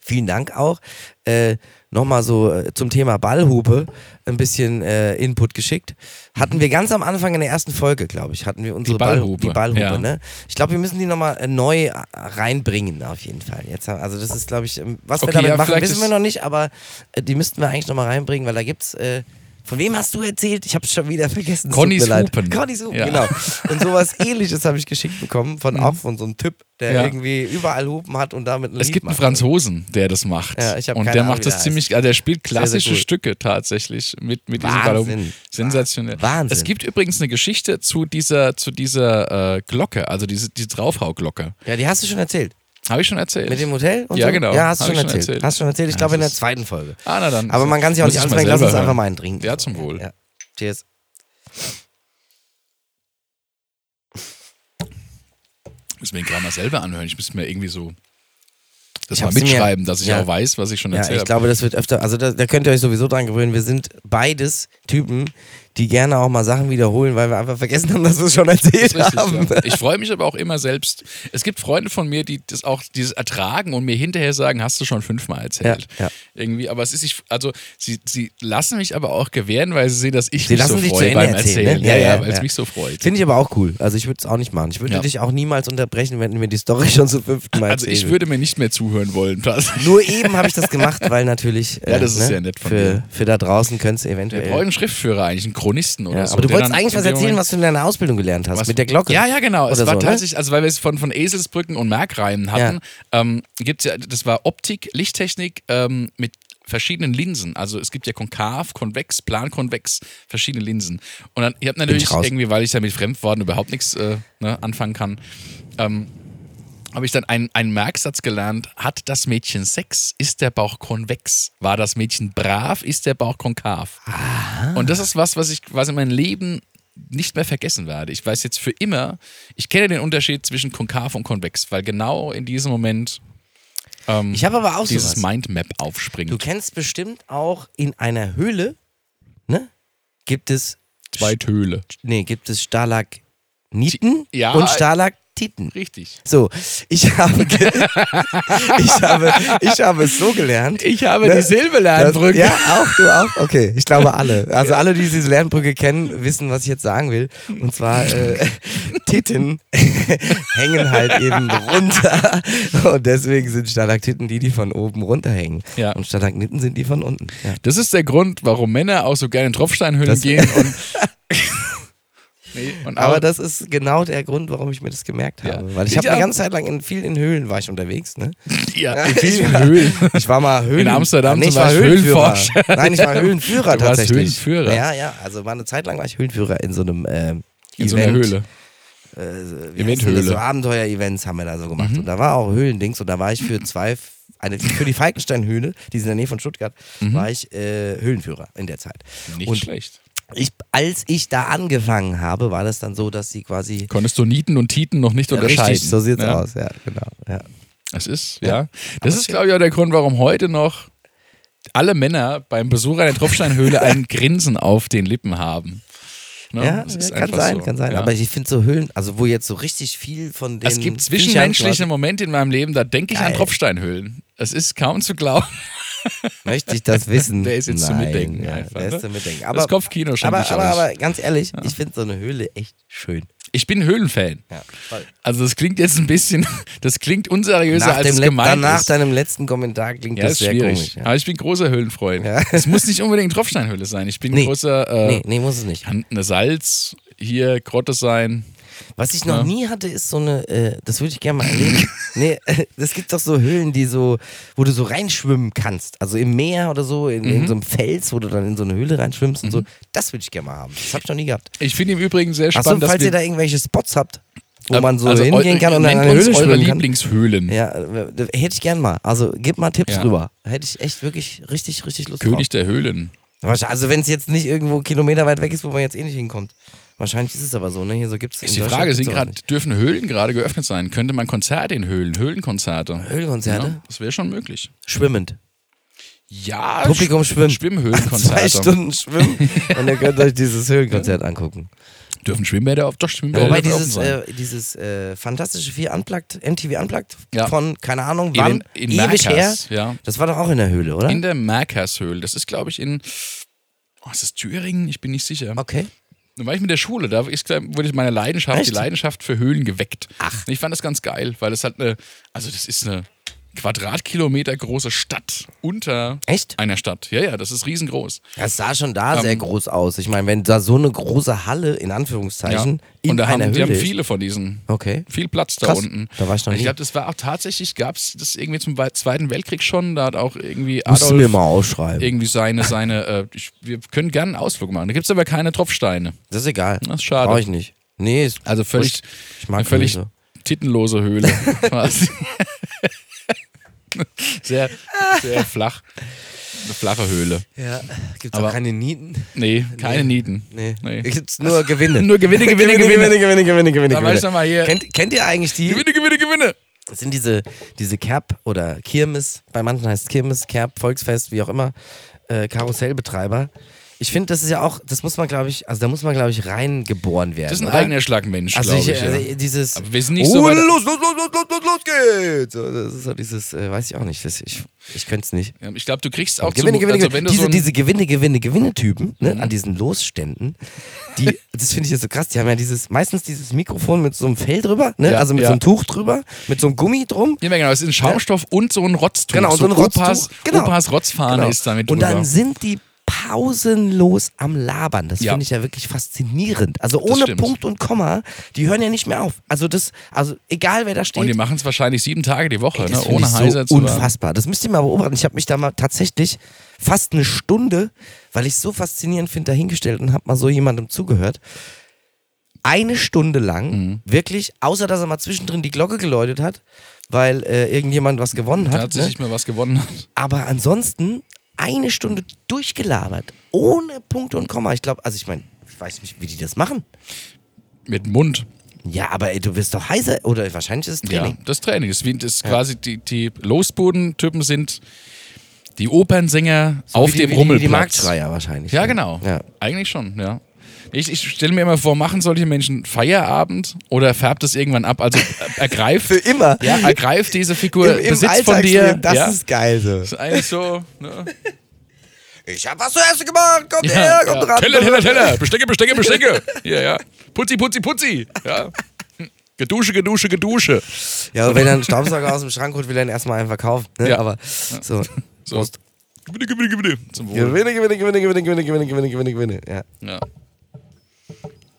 Speaker 1: vielen Dank auch, äh, nochmal so äh, zum Thema Ballhupe ein bisschen äh, Input geschickt. Hatten wir ganz am Anfang in der ersten Folge, glaube ich, hatten wir unsere Ball-
Speaker 2: Mhm. Ballhupe,
Speaker 1: die Ballhupe
Speaker 2: ja.
Speaker 1: ne? Ich glaube, wir müssen die nochmal äh, neu äh, reinbringen, auf jeden Fall. Jetzt, haben- also das ist, glaube ich, ähm, was wir
Speaker 2: Okay,
Speaker 1: damit
Speaker 2: ja,
Speaker 1: machen,
Speaker 2: vielleicht
Speaker 1: wissen wir
Speaker 2: ist-
Speaker 1: noch nicht, aber äh, die müssten wir eigentlich nochmal reinbringen, weil da gibt's... Äh, von wem hast du erzählt? Ich habe es schon wieder vergessen. es tut
Speaker 2: Connys
Speaker 1: mir leid.
Speaker 2: Hupen.
Speaker 1: Connys Hupen,
Speaker 2: Ja.
Speaker 1: genau. Und sowas ähnliches habe ich geschickt bekommen von auch von so einem Typ, der
Speaker 2: Mhm. Ja.
Speaker 1: irgendwie überall Hupen hat und damit ein
Speaker 2: Es
Speaker 1: Lied
Speaker 2: gibt einen
Speaker 1: macht.
Speaker 2: Franzosen, der das macht.
Speaker 1: Ja, ich hab
Speaker 2: und
Speaker 1: keine
Speaker 2: der
Speaker 1: Ahnung,
Speaker 2: macht
Speaker 1: wie
Speaker 2: das
Speaker 1: der
Speaker 2: ziemlich, also der spielt klassische
Speaker 1: gut.
Speaker 2: Stücke tatsächlich mit, mit diesem
Speaker 1: Wahnsinn.
Speaker 2: Ballon. Sensationell.
Speaker 1: Wahnsinn.
Speaker 2: Es gibt übrigens eine Geschichte zu dieser, zu dieser äh, Glocke, also diese, diese Draufhau-Glocke.
Speaker 1: Ja, die hast du schon erzählt.
Speaker 2: Habe ich schon erzählt.
Speaker 1: Mit dem Hotel? Und
Speaker 2: Ja,
Speaker 1: so?
Speaker 2: genau.
Speaker 1: Ja, hast du
Speaker 2: Hab
Speaker 1: schon
Speaker 2: ich schon
Speaker 1: erzählt.
Speaker 2: erzählt.
Speaker 1: Hast du schon erzählt. Ich
Speaker 2: Ja,
Speaker 1: glaube
Speaker 2: das
Speaker 1: in der
Speaker 2: ist-
Speaker 1: zweiten Folge.
Speaker 2: ah, na dann.
Speaker 1: Aber man kann sich auch
Speaker 2: Muss
Speaker 1: nicht
Speaker 2: ich
Speaker 1: alles
Speaker 2: mal
Speaker 1: merken. Lass uns
Speaker 2: selber
Speaker 1: einfach
Speaker 2: hören.
Speaker 1: mal einen trinken.
Speaker 2: Ja, zum Wohl.
Speaker 1: Ja. Cheers.
Speaker 2: Muss mir den gerade mal selber anhören. Ich müsste mir irgendwie so das
Speaker 1: Ich
Speaker 2: mal
Speaker 1: hab's mir-
Speaker 2: mitschreiben, dass ich
Speaker 1: Ja.
Speaker 2: auch weiß, was ich schon
Speaker 1: Ja,
Speaker 2: erzählt
Speaker 1: ich
Speaker 2: habe.
Speaker 1: glaube, das wird öfter, also da, da könnt ihr euch sowieso dran gewöhnen. Wir sind beides Typen, die gerne auch mal Sachen wiederholen, weil wir einfach vergessen haben, dass wir es schon erzählt
Speaker 2: Richtig,
Speaker 1: haben.
Speaker 2: ja. Ich freue mich aber auch immer selbst. Es gibt Freunde von mir, die das auch dieses ertragen und mir hinterher sagen, hast du schon fünfmal erzählt.
Speaker 1: Ja, ja.
Speaker 2: Irgendwie, aber es ist ich, also sie, sie lassen mich aber auch gewähren, weil sie sehen, dass ich
Speaker 1: Sie
Speaker 2: mich
Speaker 1: lassen
Speaker 2: so
Speaker 1: sich zu
Speaker 2: freue
Speaker 1: Ende
Speaker 2: beim
Speaker 1: erzählen,
Speaker 2: Erzählen.
Speaker 1: ne?
Speaker 2: Ja,
Speaker 1: Ja,
Speaker 2: ja,
Speaker 1: ja,
Speaker 2: weil es
Speaker 1: ja.
Speaker 2: mich so freut.
Speaker 1: Finde ich aber auch cool. Also ich würde es auch nicht machen. Ich würde
Speaker 2: Ja.
Speaker 1: dich auch niemals unterbrechen, wenn du mir die Story schon zum fünften Mal
Speaker 2: also ich
Speaker 1: erzählst.
Speaker 2: würde mir nicht mehr zuhören wollen. tatsächlich.
Speaker 1: Nur eben habe ich das gemacht, weil natürlich. äh, ne,
Speaker 2: Ja, das ist ja nett von
Speaker 1: für,
Speaker 2: dir.
Speaker 1: für da draußen könntest du
Speaker 2: Wir
Speaker 1: eventuell.
Speaker 2: brauchen einen Schriftführer eigentlich, einen Chronisten oder
Speaker 1: ja,
Speaker 2: so.
Speaker 1: aber du
Speaker 2: der
Speaker 1: wolltest
Speaker 2: dann
Speaker 1: eigentlich
Speaker 2: in
Speaker 1: was
Speaker 2: dem
Speaker 1: erzählen,
Speaker 2: Moment-
Speaker 1: was du in deiner Ausbildung gelernt hast,
Speaker 2: Was-
Speaker 1: mit der Glocke.
Speaker 2: Ja, ja, genau. Es
Speaker 1: Oder
Speaker 2: war
Speaker 1: so, ne?
Speaker 2: tatsächlich, also weil wir es von, von Eselsbrücken und Merkreimen hatten, ähm, gibt's ja, das war Optik, Lichttechnik ähm, mit verschiedenen Linsen. Also es gibt ja konkav, konvex, plankonvex, verschiedene Linsen. Und dann, ich habe natürlich
Speaker 1: ich raus.
Speaker 2: irgendwie, weil ich ja mit Fremdworten überhaupt nichts äh, ne, anfangen kann, ähm, habe ich dann einen, einen Merksatz gelernt. Hat das Mädchen Sex? Ist der Bauch konvex? War das Mädchen brav? Ist der Bauch konkav? Und das ist was, was ich quasi mein Leben nicht mehr vergessen werde. Ich weiß jetzt für immer, ich kenne den Unterschied zwischen konkav und konvex, weil genau in diesem Moment ähm,
Speaker 1: Ich habe aber auch
Speaker 2: dieses
Speaker 1: sowas.
Speaker 2: Mindmap aufspringt.
Speaker 1: Du kennst bestimmt auch in einer Höhle, ne? Gibt es.
Speaker 2: Zwei Töle.
Speaker 1: Nee, gibt es Stalagniten
Speaker 2: Ja.
Speaker 1: und Stalaktiten.
Speaker 2: Richtig.
Speaker 1: So, ich habe, ge- ich habe, ich habe es so gelernt.
Speaker 2: Ich habe
Speaker 1: Ne?
Speaker 2: die Silberlernbrücke.
Speaker 1: Das, ja, auch, du auch. Okay, ich glaube alle. Also alle, die diese Lernbrücke kennen, wissen, was ich jetzt sagen will. Und zwar äh, Titten hängen halt eben runter. Und deswegen sind Stalaktiten die, die von oben runterhängen.
Speaker 2: Ja.
Speaker 1: Und Stalagniten sind die von unten. Ja.
Speaker 2: Das ist der Grund, warum Männer auch so gerne in Tropfsteinhöhlen
Speaker 1: Das-
Speaker 2: gehen und. nee, und
Speaker 1: Aber
Speaker 2: auch-
Speaker 1: das ist genau der Grund, warum ich mir das gemerkt
Speaker 2: Ja.
Speaker 1: habe. Weil ich
Speaker 2: Ich
Speaker 1: habe
Speaker 2: auch.
Speaker 1: eine ganze Zeit lang in vielen Höhlen war ich unterwegs. Ne?
Speaker 2: ja, in
Speaker 1: ich
Speaker 2: vielen
Speaker 1: war-
Speaker 2: Höhlen.
Speaker 1: Ich war mal Höhlen. Äh,
Speaker 2: In Amsterdam
Speaker 1: nee, ich
Speaker 2: zum
Speaker 1: war
Speaker 2: Beispiel
Speaker 1: Höhlenführer.
Speaker 2: Höhlenforscher.
Speaker 1: Nein, ich war Höhlenführer
Speaker 2: Du warst
Speaker 1: tatsächlich.
Speaker 2: Höhlenführer.
Speaker 1: Ja, ja. Also mal eine Zeit lang war ich Höhlenführer in so einem ähm,
Speaker 2: In
Speaker 1: Event. Äh,
Speaker 2: so einer Höhle.
Speaker 1: Wie heißt
Speaker 2: Eventhöhle.
Speaker 1: denn
Speaker 2: Mhm.
Speaker 1: das? So Abenteuer-Events haben wir da so gemacht. Und da war auch Höhlendings und da war ich für zwei, eine, für die Falkenstein-Höhle, die ist in der Nähe von Stuttgart, war ich äh, Höhlenführer in der Zeit.
Speaker 2: Mhm. Nicht
Speaker 1: und
Speaker 2: schlecht.
Speaker 1: ich, als ich da angefangen habe, war das dann so, dass sie quasi.
Speaker 2: Konntest du Nieten und Titen noch nicht unterscheiden.
Speaker 1: Richtig, so sieht's
Speaker 2: ja.
Speaker 1: aus, ja, genau. Ja.
Speaker 2: Es ist, ja. Das ist, glaube ich, auch der Grund, warum heute noch alle Männer beim Besuch einer Tropfsteinhöhle ein Grinsen auf den Lippen haben. Ne?
Speaker 1: Ja,
Speaker 2: Es
Speaker 1: ja,
Speaker 2: ist
Speaker 1: kann
Speaker 2: einfach
Speaker 1: sein,
Speaker 2: so.
Speaker 1: kann sein.
Speaker 2: Ja.
Speaker 1: Aber ich finde so Höhlen, also wo jetzt so richtig viel von den.
Speaker 2: es gibt
Speaker 1: Viechern
Speaker 2: zwischenmenschliche Momente in meinem Leben, da denke ich an
Speaker 1: Geil.
Speaker 2: Tropfsteinhöhlen. Es ist kaum zu glauben.
Speaker 1: quasi- Möchte ich das wissen?
Speaker 2: Der ist jetzt
Speaker 1: Nein,
Speaker 2: zum Mitdenken
Speaker 1: Ja,
Speaker 2: einfach,
Speaker 1: der
Speaker 2: ne?
Speaker 1: ist zum Mitdenken. Aber,
Speaker 2: das Kopfkino schon
Speaker 1: aber,
Speaker 2: nicht
Speaker 1: aber,
Speaker 2: aus.
Speaker 1: aber ganz ehrlich, ich finde so eine Höhle echt schön.
Speaker 2: Ich bin Höhlenfan.
Speaker 1: Ja, voll.
Speaker 2: Also das klingt jetzt ein bisschen, das klingt unseriöser,
Speaker 1: Nach
Speaker 2: als
Speaker 1: dem
Speaker 2: es
Speaker 1: Let-
Speaker 2: gemeint
Speaker 1: danach
Speaker 2: ist.
Speaker 1: deinem letzten Kommentar klingt
Speaker 2: Ja,
Speaker 1: das
Speaker 2: ist
Speaker 1: sehr
Speaker 2: schwierig. Also
Speaker 1: komisch. Ja.
Speaker 2: Aber ich bin großer Höhlenfreund.
Speaker 1: Ja.
Speaker 2: Es muss nicht unbedingt Tropfsteinhöhle sein. Ich bin
Speaker 1: Nee.
Speaker 2: großer äh,
Speaker 1: nee, nee, muss es nicht.
Speaker 2: kann eine Salz hier Grotte sein.
Speaker 1: Was ich noch
Speaker 2: Ja.
Speaker 1: nie hatte, ist so eine, äh, das würde ich gerne mal erleben. nee, äh, es gibt doch so Höhlen, die so, wo du so reinschwimmen kannst. Also im Meer oder so, in,
Speaker 2: Mhm.
Speaker 1: in so einem Fels, wo du dann in so eine Höhle reinschwimmst und so. Das würde ich gerne mal haben. Das habe ich noch nie gehabt.
Speaker 2: Ich finde im Übrigen sehr spannend,
Speaker 1: Achso, falls
Speaker 2: dass wir,
Speaker 1: ihr da irgendwelche Spots habt, wo
Speaker 2: äh,
Speaker 1: man so
Speaker 2: also eu-
Speaker 1: hingehen kann und dann in
Speaker 2: nennt
Speaker 1: eine
Speaker 2: uns
Speaker 1: Höhle
Speaker 2: eure
Speaker 1: schwimmen kann.
Speaker 2: Lieblingshöhlen.
Speaker 1: Ja, äh, das hätte ich gern mal. Also gib mal Tipps
Speaker 2: Ja.
Speaker 1: drüber. Hätte ich echt wirklich richtig, richtig Lust
Speaker 2: König der Höhlen.
Speaker 1: drauf. Wahrsch- Also wenn es jetzt nicht irgendwo Kilometer weit weg ist, wo man jetzt eh nicht hinkommt. Wahrscheinlich ist es aber so, ne? Hier so gibt's
Speaker 2: Ist
Speaker 1: in
Speaker 2: die
Speaker 1: Deutschland
Speaker 2: Frage,
Speaker 1: gibt's
Speaker 2: sind
Speaker 1: sowas
Speaker 2: gerade,
Speaker 1: nicht.
Speaker 2: dürfen Höhlen gerade geöffnet sein? Könnte man Konzerte in Höhlen, Höhlenkonzerte?
Speaker 1: Höhlenkonzerte?
Speaker 2: Ja, das wäre schon möglich.
Speaker 1: Schwimmend.
Speaker 2: Ja,
Speaker 1: Publikum
Speaker 2: Sch-
Speaker 1: schwimmen. Zwei
Speaker 2: Schwimmhöhlenkonzerte.
Speaker 1: Stunden schwimmen und ihr könnt euch dieses Höhlenkonzert angucken.
Speaker 2: Dürfen Schwimmbäder auf, doch
Speaker 1: Ja,
Speaker 2: Schwimmbäder
Speaker 1: wobei
Speaker 2: dürfen
Speaker 1: dieses,
Speaker 2: offen sein.
Speaker 1: äh, dieses äh, fantastische Vier Unplugged, MTV Unplugged
Speaker 2: Ja.
Speaker 1: von, keine Ahnung,
Speaker 2: In
Speaker 1: wann,
Speaker 2: den- in
Speaker 1: ewig her.
Speaker 2: Merkers, ja.
Speaker 1: Das war doch auch in der Höhle, oder?
Speaker 2: In der Merkershöhle. Das ist, glaube ich, in. Oh, ist das Thüringen? Ich bin nicht sicher.
Speaker 1: okay.
Speaker 2: Dann war ich mit der Schule, da ist, wurde meine Leidenschaft,
Speaker 1: Echt?
Speaker 2: die Leidenschaft für Höhlen geweckt. Ach. Ich fand das ganz geil, weil das halt eine, also das ist eine Quadratkilometer große Stadt unter
Speaker 1: Echt?
Speaker 2: einer Stadt. Ja, ja, das ist riesengroß.
Speaker 1: Das sah schon
Speaker 2: Ähm,
Speaker 1: da sehr groß aus. Ich meine, wenn da so eine große Halle in
Speaker 2: Ja.
Speaker 1: Anführungszeichen
Speaker 2: Und
Speaker 1: Also in
Speaker 2: da
Speaker 1: einer
Speaker 2: haben, die
Speaker 1: Höhle
Speaker 2: haben
Speaker 1: ist.
Speaker 2: viele von diesen.
Speaker 1: Okay.
Speaker 2: Viel Platz da
Speaker 1: Krass.
Speaker 2: unten.
Speaker 1: Da war ich noch
Speaker 2: Ich
Speaker 1: nie.
Speaker 2: glaube, das war auch tatsächlich, gab es das irgendwie zum Wei- Zweiten Weltkrieg schon. Da hat auch irgendwie
Speaker 1: Musst du mir
Speaker 2: Adolf
Speaker 1: mal ausschreiben.
Speaker 2: irgendwie seine, seine, äh, ich, wir können gerne einen Ausflug machen. Da gibt es aber keine Tropfsteine.
Speaker 1: Das ist egal.
Speaker 2: Das ist schade.
Speaker 1: Brauche ich nicht. Nee, ist
Speaker 2: Also völlig,
Speaker 1: Ich mag
Speaker 2: eine völlig
Speaker 1: Gemüse.
Speaker 2: tittenlose Höhle. quasi. sehr, sehr flach. Eine flache Höhle.
Speaker 1: Ja, gibt's
Speaker 2: Aber-
Speaker 1: auch keine Nieten?
Speaker 2: Nee, keine Nieten.
Speaker 1: Nee.
Speaker 2: Nee.
Speaker 1: Gibt's nur Gewinne.
Speaker 2: Nur Gewinne, Gewinne, Gewinne.
Speaker 1: Gewinne, Gewinne, Gewinne.
Speaker 2: Da war ich noch mal hier.
Speaker 1: Kennt, kennt ihr eigentlich die?
Speaker 2: Gewinne, Gewinne, Gewinne.
Speaker 1: Das sind diese, diese Kerb oder Kirmes, bei manchen heißt es Kirmes, Kerb, Volksfest, wie auch immer, äh, Karussellbetreiber. Ich finde, das ist ja auch, das muss man, glaube ich, also da muss man, glaube ich, reingeboren werden.
Speaker 2: Das ist ein
Speaker 1: oder?
Speaker 2: eigener Schlagmensch,
Speaker 1: Also,
Speaker 2: glaube
Speaker 1: ich,
Speaker 2: ich. ja.
Speaker 1: also dieses.
Speaker 2: Aber wir sind nicht
Speaker 1: oh,
Speaker 2: so weit-
Speaker 1: los, los, los, los, los, los, los geht's! So, Das ist so dieses, äh, weiß ich auch nicht, das, ich, ich könnte es nicht.
Speaker 2: Ja, ich glaube, du kriegst auch
Speaker 1: Gewinne,
Speaker 2: zum,
Speaker 1: Gewinne,
Speaker 2: also
Speaker 1: Gewinne.
Speaker 2: wenn du
Speaker 1: diese,
Speaker 2: so ein, Mhm.
Speaker 1: diese Gewinne, Gewinne, Gewinne-Typen ne, an diesen Losständen, die, das finde ich ja so krass, die haben ja dieses, meistens dieses Mikrofon mit so einem Fell drüber, ne,
Speaker 2: Ja,
Speaker 1: also mit
Speaker 2: ja.
Speaker 1: so einem Tuch drüber, mit so einem Gummi drum.
Speaker 2: ja, genau, es ist ein Schaumstoff und so ein Rotztuch.
Speaker 1: Genau, und so ein
Speaker 2: Opas,
Speaker 1: Rotztuch, genau.
Speaker 2: Opas Rotzfahne ist damit
Speaker 1: Und dann
Speaker 2: drüber.
Speaker 1: sind die pausenlos am Labern. Das
Speaker 2: Ja.
Speaker 1: finde ich ja wirklich faszinierend. Also ohne
Speaker 2: stimmt.
Speaker 1: Punkt und Komma, die hören ja nicht mehr auf. Also das, also egal wer da steht.
Speaker 2: Und die machen es wahrscheinlich sieben Tage die Woche, ne?
Speaker 1: Das finde
Speaker 2: ohne
Speaker 1: ich
Speaker 2: heiser
Speaker 1: so
Speaker 2: zu werden.
Speaker 1: unfassbar. Das müsst ihr mal beobachten. Ich habe mich da mal tatsächlich fast eine Stunde, weil ich es so faszinierend finde, dahingestellt und habe mal so jemandem zugehört. Eine Stunde lang,
Speaker 2: Mhm.
Speaker 1: wirklich, außer dass er mal zwischendrin die Glocke geläutet hat, weil äh, irgendjemand was gewonnen hat. Ne?
Speaker 2: Tatsächlich mal was gewonnen hat.
Speaker 1: Aber ansonsten eine Stunde durchgelabert, ohne Punkte und Komma. Ich glaube, also ich meine, ich weiß nicht, wie die das machen.
Speaker 2: Mit Mund.
Speaker 1: Ja, aber ey, du wirst doch heiser. Oder wahrscheinlich ist es Training.
Speaker 2: Ja, das Training. Das ist, das ist quasi die, die Losbodentypen sind die Opernsänger auf
Speaker 1: wie
Speaker 2: dem
Speaker 1: die, wie die, wie die
Speaker 2: Rummelplatz.
Speaker 1: Marktschreier wahrscheinlich.
Speaker 2: ja,
Speaker 1: ne?
Speaker 2: genau.
Speaker 1: Ja.
Speaker 2: Eigentlich schon, ja. Ich, ich stelle mir immer vor, machen solche Menschen Feierabend oder färbt es irgendwann ab? Also äh, ergreift.
Speaker 1: Für immer.
Speaker 2: Ja, ergreift diese Figur Besitz von
Speaker 1: Alltagsleben,
Speaker 2: dir.
Speaker 1: Das
Speaker 2: ja.
Speaker 1: ist geil so.
Speaker 2: Das ist eigentlich so. Ne?
Speaker 1: Ich hab was zu essen gemacht, kommt her, kommt ran.
Speaker 2: Teller, Teller, Teller. Bestecke, Bestecke, Bestecke. Ja, ja. Putzi, Putzi, Putzi. Ja. Gedusche, gedusche, gedusche.
Speaker 1: Ja, und wenn er einen Staubsauger aus dem Schrank holt, will er ihn erstmal einen verkaufen. Ne?
Speaker 2: Ja.
Speaker 1: Aber so.
Speaker 2: So. Gewinne, gewinne, gewinne. Zum Wohl.
Speaker 1: Gewinne, gewinne, gewinne, gewinne, gewinne, gewinne, gewinne, gewinne, gewinne. Ja.
Speaker 2: Ja.
Speaker 1: Mm.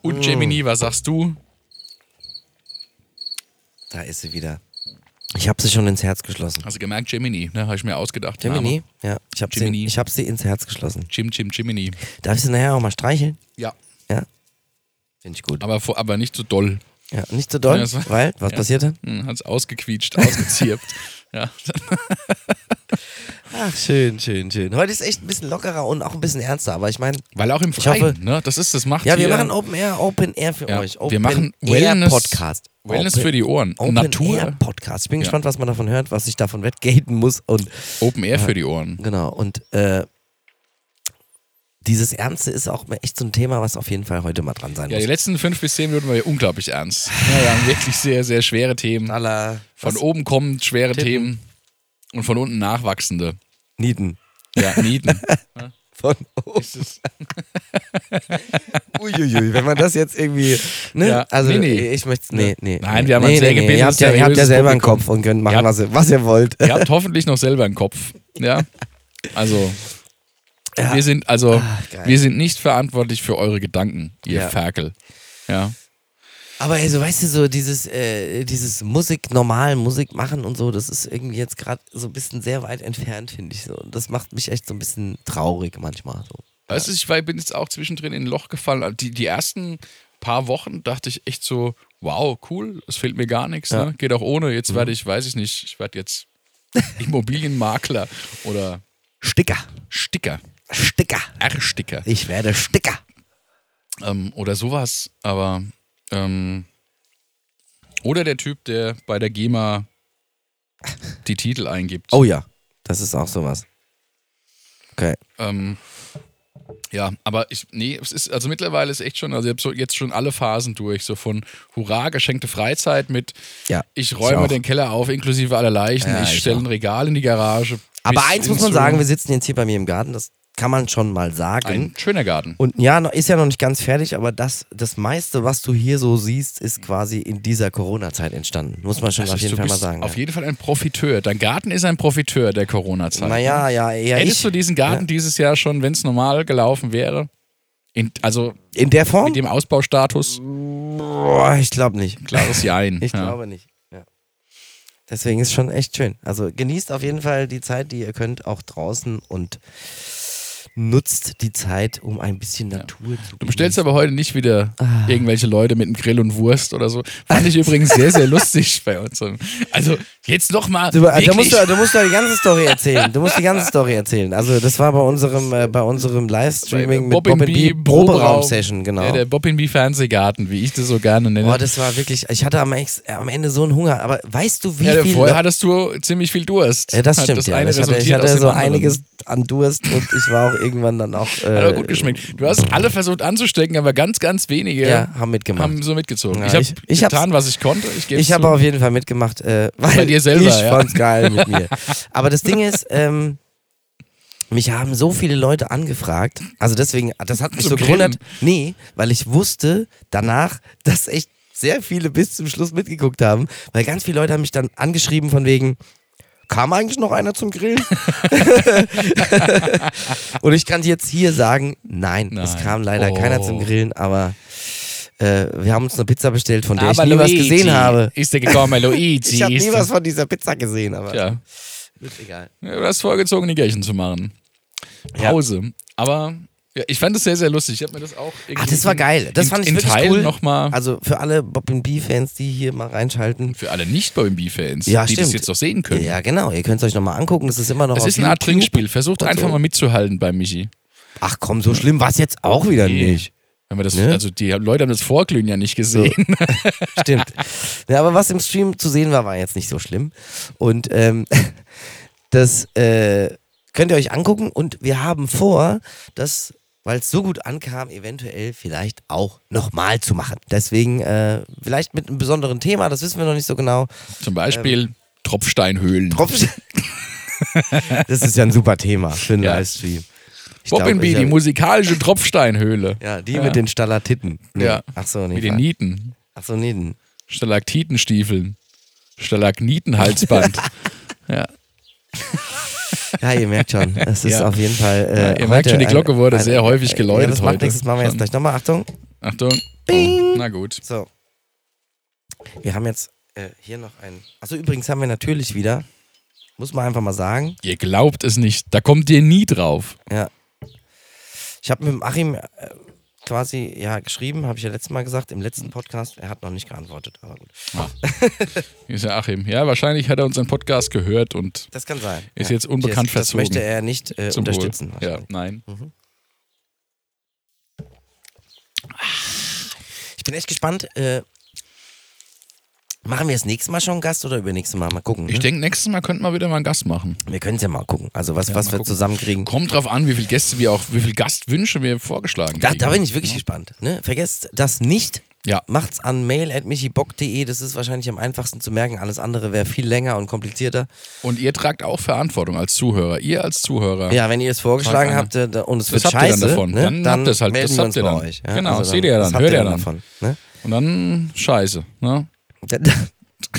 Speaker 2: Und Gemini, was sagst du?
Speaker 1: Da ist sie wieder. Ich hab sie schon ins Herz geschlossen.
Speaker 2: Hast du gemerkt, Gemini, ne? Habe ich mir ausgedacht.
Speaker 1: Gemini?
Speaker 2: Name.
Speaker 1: Ja, ich hab, sie,
Speaker 2: Gemini.
Speaker 1: ich hab sie ins Herz geschlossen.
Speaker 2: Jim, Jim, Gemini.
Speaker 1: Darf ich sie nachher auch mal streicheln?
Speaker 2: Ja.
Speaker 1: Ja. Finde ich gut.
Speaker 2: Aber, vor, aber nicht so doll.
Speaker 1: Ja, nicht so doll,
Speaker 2: Ja, das war-
Speaker 1: weil, was passierte?
Speaker 2: Hm, hat's ausgequietscht, ausgezirpt. ja.
Speaker 1: Ach, schön, schön, schön. Heute ist echt ein bisschen lockerer und auch ein bisschen ernster, aber ich meine,
Speaker 2: Weil auch im Freien,
Speaker 1: hoffe-
Speaker 2: ne? Das ist, das macht
Speaker 1: Ja, wir
Speaker 2: hier-
Speaker 1: machen Open Air, Open Air für
Speaker 2: Ja,
Speaker 1: euch.
Speaker 2: wir
Speaker 1: Open
Speaker 2: machen
Speaker 1: Air
Speaker 2: Wellness-
Speaker 1: Podcast.
Speaker 2: Wellness
Speaker 1: Open-
Speaker 2: für die Ohren.
Speaker 1: Open
Speaker 2: Natur.
Speaker 1: Air Podcast. Ich bin gespannt, was man davon hört, was ich davon wettgaten muss und
Speaker 2: Open Air für die Ohren.
Speaker 1: genau und äh, dieses Ernste ist auch echt so ein Thema, was auf jeden Fall heute mal dran sein
Speaker 2: Ja, die
Speaker 1: muss.
Speaker 2: letzten fünf bis zehn Minuten waren ja unglaublich ernst. Ja, wir haben wirklich sehr, sehr schwere Themen.
Speaker 1: Aller
Speaker 2: Von oben kommend schwere Themen und von unten nachwachsende.
Speaker 1: Nieten.
Speaker 2: Ja, Nieten.
Speaker 1: Von oben. Uiuiui, wenn man das jetzt irgendwie. Ne?
Speaker 2: Ja,
Speaker 1: also,
Speaker 2: nee, nee.
Speaker 1: ich möchte. Nee, nee.
Speaker 2: Nein,
Speaker 1: nee,
Speaker 2: wir haben
Speaker 1: nee,
Speaker 2: ein sehr
Speaker 1: Ihr habt ja, ihr habt ja
Speaker 2: seriöses
Speaker 1: selber einen
Speaker 2: Publikum.
Speaker 1: Kopf und könnt machen,
Speaker 2: Ja.
Speaker 1: was, ihr, was ihr wollt.
Speaker 2: Ihr habt hoffentlich noch selber einen Kopf. Ja. Also. Wir sind also,
Speaker 1: Ah, geil.
Speaker 2: wir sind nicht verantwortlich für eure Gedanken, ihr
Speaker 1: Ja.
Speaker 2: Ferkel. Ja.
Speaker 1: Aber also, weißt du, so dieses, äh, dieses Musik, normal Musik machen und so, das ist irgendwie jetzt gerade so ein bisschen sehr weit entfernt, finde ich so. Und das macht mich echt so ein bisschen traurig manchmal so.
Speaker 2: Weißt du, ich war, bin jetzt auch zwischendrin in ein Loch gefallen. Also, Die, die ersten paar Wochen dachte ich echt so, wow, cool, es fehlt mir gar nichts,
Speaker 1: Ja. Mhm.
Speaker 2: ne? geht auch ohne. Jetzt werde ich, weiß ich nicht, ich werde jetzt Immobilienmakler oder
Speaker 1: Sticker.
Speaker 2: Sticker,
Speaker 1: Sticker.
Speaker 2: R-Sticker
Speaker 1: Ich werde Sticker.
Speaker 2: ähm, oder sowas. Aber ähm, oder der Typ, der bei der GEMA die Titel eingibt.
Speaker 1: Oh ja, das ist auch sowas. Okay.
Speaker 2: Ähm, ja, aber ich, nee, es ist, also mittlerweile ist echt schon, also ich habe so jetzt schon alle Phasen durch, so von Hurra, geschenkte Freizeit mit
Speaker 1: Ja,
Speaker 2: ich
Speaker 1: ich
Speaker 2: räume
Speaker 1: auch.
Speaker 2: den Keller auf, inklusive aller Leichen,
Speaker 1: Ja,
Speaker 2: ich
Speaker 1: ich
Speaker 2: stelle ein Regal in die Garage.
Speaker 1: Aber
Speaker 2: bis
Speaker 1: eins
Speaker 2: hin
Speaker 1: muss man
Speaker 2: zu-
Speaker 1: sagen, wir sitzen jetzt hier bei mir im Garten, das kann man schon mal sagen.
Speaker 2: ein schöner Garten.
Speaker 1: Und ja, noch- ist ja noch nicht ganz fertig, aber das, das meiste, was du hier so siehst, ist quasi in dieser Corona-Zeit entstanden. Muss man schon
Speaker 2: Das
Speaker 1: auf
Speaker 2: ist-
Speaker 1: jeden
Speaker 2: du
Speaker 1: Fall mal
Speaker 2: bist
Speaker 1: sagen.
Speaker 2: Auf jeden Fall ein Profiteur. Dein Garten ist ein Profiteur der Corona-Zeit.
Speaker 1: naja, ja, eher
Speaker 2: ne? Hättest
Speaker 1: ich.
Speaker 2: du diesen Garten dieses Jahr schon, wenn es normal gelaufen wäre? In, also
Speaker 1: in der Form?
Speaker 2: mit dem Ausbaustatus?
Speaker 1: Boah, ich glaube nicht.
Speaker 2: Klares Jein.
Speaker 1: Ich
Speaker 2: ja.
Speaker 1: glaube nicht. Ja. Deswegen ist schon echt schön. Also genießt auf jeden Fall die Zeit, die ihr könnt, auch draußen und nutzt die Zeit, um ein bisschen Natur zu
Speaker 2: Du bestellst aber heute nicht wieder
Speaker 1: Ah.
Speaker 2: irgendwelche Leute mit einem Grill und Wurst oder so. Fand ich übrigens sehr, sehr lustig bei uns. Also jetzt nochmal.
Speaker 1: Äh, Du, also da musst du, du musst doch die ganze Story erzählen. Du musst die ganze Story erzählen. Also das war bei unserem, äh, bei unserem Livestreaming mit Bob B Proberaum-Session, genau.
Speaker 2: Ja, der Bob B Fernsehgarten, wie ich das so gerne nenne.
Speaker 1: Boah, das war wirklich, ich hatte am, ex, äh, am Ende so einen Hunger, aber weißt du, wie
Speaker 2: ja,
Speaker 1: viel...
Speaker 2: vorher hattest du ziemlich viel Durst.
Speaker 1: ja, das
Speaker 2: Hat
Speaker 1: stimmt, ja.
Speaker 2: eine
Speaker 1: Ich hatte, ich
Speaker 2: resultiert
Speaker 1: hatte
Speaker 2: aus dem
Speaker 1: so
Speaker 2: anderen.
Speaker 1: einiges an Durst und ich war auch irgendwann dann auch... Äh,
Speaker 2: Hat aber gut geschmeckt. Du hast alle versucht anzustecken, aber ganz, ganz wenige
Speaker 1: Ja, haben mitgemacht.
Speaker 2: haben so mitgezogen.
Speaker 1: Ja,
Speaker 2: ich habe
Speaker 1: ich- ich hab's-
Speaker 2: getan, was ich konnte. Ich, geb's
Speaker 1: Ich habe
Speaker 2: zu.
Speaker 1: auf jeden Fall mitgemacht, äh, weil
Speaker 2: dir selber,
Speaker 1: ich
Speaker 2: ja.
Speaker 1: fand's geil mit mir. Aber das Ding ist, ähm, mich haben so viele Leute angefragt, also deswegen, das hat mich
Speaker 2: Zum
Speaker 1: so
Speaker 2: Grillen.
Speaker 1: gewundert. Nee, weil ich wusste danach, dass echt sehr viele bis zum Schluss mitgeguckt haben, weil ganz viele Leute haben mich dann angeschrieben von wegen, kam eigentlich noch einer zum Grillen? Und ich kann jetzt hier sagen, nein, es
Speaker 2: Nein.
Speaker 1: kam leider
Speaker 2: Oh.
Speaker 1: keiner zum Grillen, aber äh, wir haben uns eine Pizza bestellt, von der
Speaker 2: aber
Speaker 1: ich nie
Speaker 2: Ah, Luigi
Speaker 1: was gesehen habe.
Speaker 2: Ist der gekommen, Luigi.
Speaker 1: Ich habe nie
Speaker 2: ist
Speaker 1: was von dieser Pizza gesehen, aber
Speaker 2: Ja.
Speaker 1: ist egal.
Speaker 2: Ja, Du hast vorgezogen, die Gärchen zu machen.
Speaker 1: Ja.
Speaker 2: Pause. Aber ja, ich fand das sehr, sehr lustig. Ich habe mir das auch irgendwie
Speaker 1: Ah, das war
Speaker 2: in-
Speaker 1: geil. Das
Speaker 2: in,
Speaker 1: fand ich
Speaker 2: in
Speaker 1: wirklich
Speaker 2: Teilen
Speaker 1: cool.
Speaker 2: nochmal
Speaker 1: Also für alle Bob B-Fans, die hier mal reinschalten.
Speaker 2: für alle nicht b fans
Speaker 1: Ja,
Speaker 2: die das
Speaker 1: stimmt.
Speaker 2: jetzt noch sehen können.
Speaker 1: Ja, genau. Ihr könnt es euch nochmal angucken. Das ist immer noch
Speaker 2: Es
Speaker 1: auf
Speaker 2: ist eine Art
Speaker 1: YouTube.
Speaker 2: Trinkspiel. Versucht
Speaker 1: und
Speaker 2: einfach
Speaker 1: so.
Speaker 2: mal mitzuhalten bei Michi.
Speaker 1: Ach komm, so schlimm war es jetzt auch wieder nicht.
Speaker 2: Wenn wir das,
Speaker 1: Ne?
Speaker 2: Also die Leute haben das Vorglühen ja nicht gesehen.
Speaker 1: Stimmt. Ja, aber was im Stream zu sehen war, war jetzt nicht so schlimm. Und ähm, das äh, könnt ihr euch angucken. Und wir haben vor, das, weil es so gut ankam, eventuell vielleicht auch nochmal zu machen. Deswegen äh, vielleicht mit einem besonderen Thema, das wissen wir noch nicht so genau.
Speaker 2: Zum Beispiel Tropfsteinhöhlen.
Speaker 1: Tropfen. das ist ja ein super Thema für einen
Speaker 2: Ja.
Speaker 1: Livestream. Ich glaub,
Speaker 2: Bobbin Bee,
Speaker 1: ich
Speaker 2: die
Speaker 1: hab-
Speaker 2: musikalische Tropfsteinhöhle.
Speaker 1: Ja, die
Speaker 2: Ja.
Speaker 1: mit den Stalatiten. Nee.
Speaker 2: Ja.
Speaker 1: Ach so, nee.
Speaker 2: Mit den
Speaker 1: fuck.
Speaker 2: Nieten.
Speaker 1: Ach so, nee.
Speaker 2: Stalaktitenstiefeln. Stalagnietenhalsband. ja.
Speaker 1: Ja, ihr merkt schon. Es ist
Speaker 2: Ja.
Speaker 1: auf jeden Fall. Äh,
Speaker 2: ihr merkt
Speaker 1: heute
Speaker 2: schon, die Glocke wurde sehr häufig
Speaker 1: Ja,
Speaker 2: geläutet
Speaker 1: das macht
Speaker 2: heute.
Speaker 1: nichts, das machen wir jetzt gleich nochmal. Achtung.
Speaker 2: Achtung.
Speaker 1: Bing.
Speaker 2: Na gut.
Speaker 1: So. Wir haben jetzt äh, hier noch einen. Achso, übrigens haben wir natürlich wieder, muss man einfach mal sagen,
Speaker 2: Ihr glaubt es nicht. Da kommt ihr nie drauf.
Speaker 1: ja. Ich habe mit dem Achim äh, quasi ja geschrieben, habe ich ja letztes Mal gesagt, im letzten Podcast. Er hat noch nicht geantwortet, aber gut.
Speaker 2: Hier ist ja Achim. Ja, wahrscheinlich hat er unseren Podcast gehört und
Speaker 1: Das kann sein.
Speaker 2: Ist
Speaker 1: ja.
Speaker 2: jetzt unbekannt
Speaker 1: das,
Speaker 2: verzogen.
Speaker 1: Das möchte er nicht äh,
Speaker 2: zum
Speaker 1: unterstützen. Mhm.
Speaker 2: Wohl. Ja, nein.
Speaker 1: Ich bin echt gespannt. Äh, machen wir das nächste Mal schon einen Gast oder übernächstes Mal? Mal gucken.
Speaker 2: Ich
Speaker 1: Ne?
Speaker 2: denke, nächstes Mal könnten wir wieder mal einen Gast machen.
Speaker 1: Wir können es ja mal gucken. Also was, was
Speaker 2: mal
Speaker 1: wir
Speaker 2: gucken.
Speaker 1: zusammenkriegen.
Speaker 2: Kommt drauf an, wie viele Gäste wir auch, wie viele Gastwünsche wir vorgeschlagen
Speaker 1: Da,
Speaker 2: kriegen.
Speaker 1: da bin ich wirklich gespannt. Ne? Vergesst das nicht.
Speaker 2: Ja.
Speaker 1: Macht's an mail.michibock.de. Das ist wahrscheinlich am einfachsten zu merken. Alles andere wäre viel länger und komplizierter.
Speaker 2: Und ihr tragt auch Verantwortung als Zuhörer. Ihr als Zuhörer.
Speaker 1: Ja, wenn ihr es vorgeschlagen
Speaker 2: Frag einer.
Speaker 1: habt äh, da- und es
Speaker 2: Das
Speaker 1: wird
Speaker 2: habt ihr dann
Speaker 1: scheiße,
Speaker 2: davon.
Speaker 1: Ne?
Speaker 2: Dann habt ihr's halt.
Speaker 1: melden wir
Speaker 2: Das habt
Speaker 1: uns
Speaker 2: ihr
Speaker 1: bei
Speaker 2: dann.
Speaker 1: euch. Ja?
Speaker 2: Genau,
Speaker 1: also
Speaker 2: seht ihr dann,
Speaker 1: das habt
Speaker 2: hört ihr
Speaker 1: dann
Speaker 2: dann.
Speaker 1: davon. Ne?
Speaker 2: Und dann scheiße. Ne?
Speaker 1: Da- da-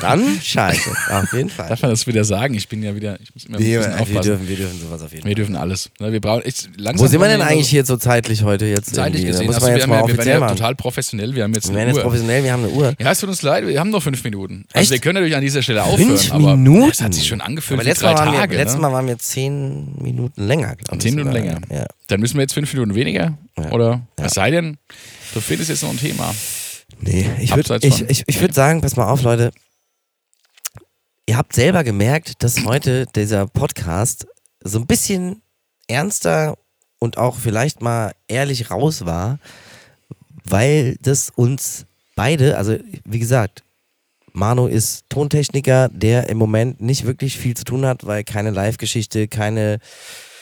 Speaker 1: Dann scheiße, auf jeden Fall.
Speaker 2: Darf man das wieder sagen? Ich bin ja wieder, ich muss immer ein
Speaker 1: Wir,
Speaker 2: bisschen
Speaker 1: wir,
Speaker 2: aufpassen.
Speaker 1: dürfen, wir dürfen sowas auf jeden Fall.
Speaker 2: Wir dürfen alles. Ne, Wir brauchen, ich, langsam
Speaker 1: Wo sind wir
Speaker 2: wollen
Speaker 1: denn
Speaker 2: mal so-
Speaker 1: eigentlich hier so zeitlich heute jetzt? irgendwie? ne?
Speaker 2: Zeitlich
Speaker 1: Da
Speaker 2: gesehen.
Speaker 1: Muss
Speaker 2: Also
Speaker 1: man
Speaker 2: wir,
Speaker 1: jetzt
Speaker 2: haben
Speaker 1: mal
Speaker 2: ja, wir werden
Speaker 1: offiziell
Speaker 2: ja
Speaker 1: machen.
Speaker 2: total professionell. Wir haben jetzt
Speaker 1: Wir
Speaker 2: eine
Speaker 1: werden jetzt
Speaker 2: Uhr.
Speaker 1: professionell, wir haben eine Uhr.
Speaker 2: Ja, es tut uns leid, wir haben noch fünf Minuten. Also
Speaker 1: Echt?
Speaker 2: wir können natürlich an dieser Stelle aufhören,
Speaker 1: Fünf
Speaker 2: aber
Speaker 1: Minuten?
Speaker 2: das hat sich schon angefühlt
Speaker 1: Aber
Speaker 2: wie
Speaker 1: letztes
Speaker 2: drei
Speaker 1: Mal, waren wir,
Speaker 2: Tage.
Speaker 1: letztes
Speaker 2: ne?
Speaker 1: Mal waren wir zehn Minuten länger, glaube ich.
Speaker 2: Zehn Minuten
Speaker 1: sogar.
Speaker 2: länger.
Speaker 1: Ja.
Speaker 2: Dann müssen wir jetzt fünf Minuten weniger,
Speaker 1: Ja.
Speaker 2: oder? Es sei denn, du findest jetzt noch ein Thema.
Speaker 1: Nee, ich würde
Speaker 2: Abseits
Speaker 1: ich,
Speaker 2: von-
Speaker 1: ich, ich würd sagen, pass mal auf, Leute. Ihr habt selber gemerkt, dass heute dieser Podcast so ein bisschen ernster und auch vielleicht mal ehrlich raus war, weil das uns beide, also wie gesagt, Manu ist Tontechniker, der im Moment nicht wirklich viel zu tun hat, weil keine Live-Geschichte, keine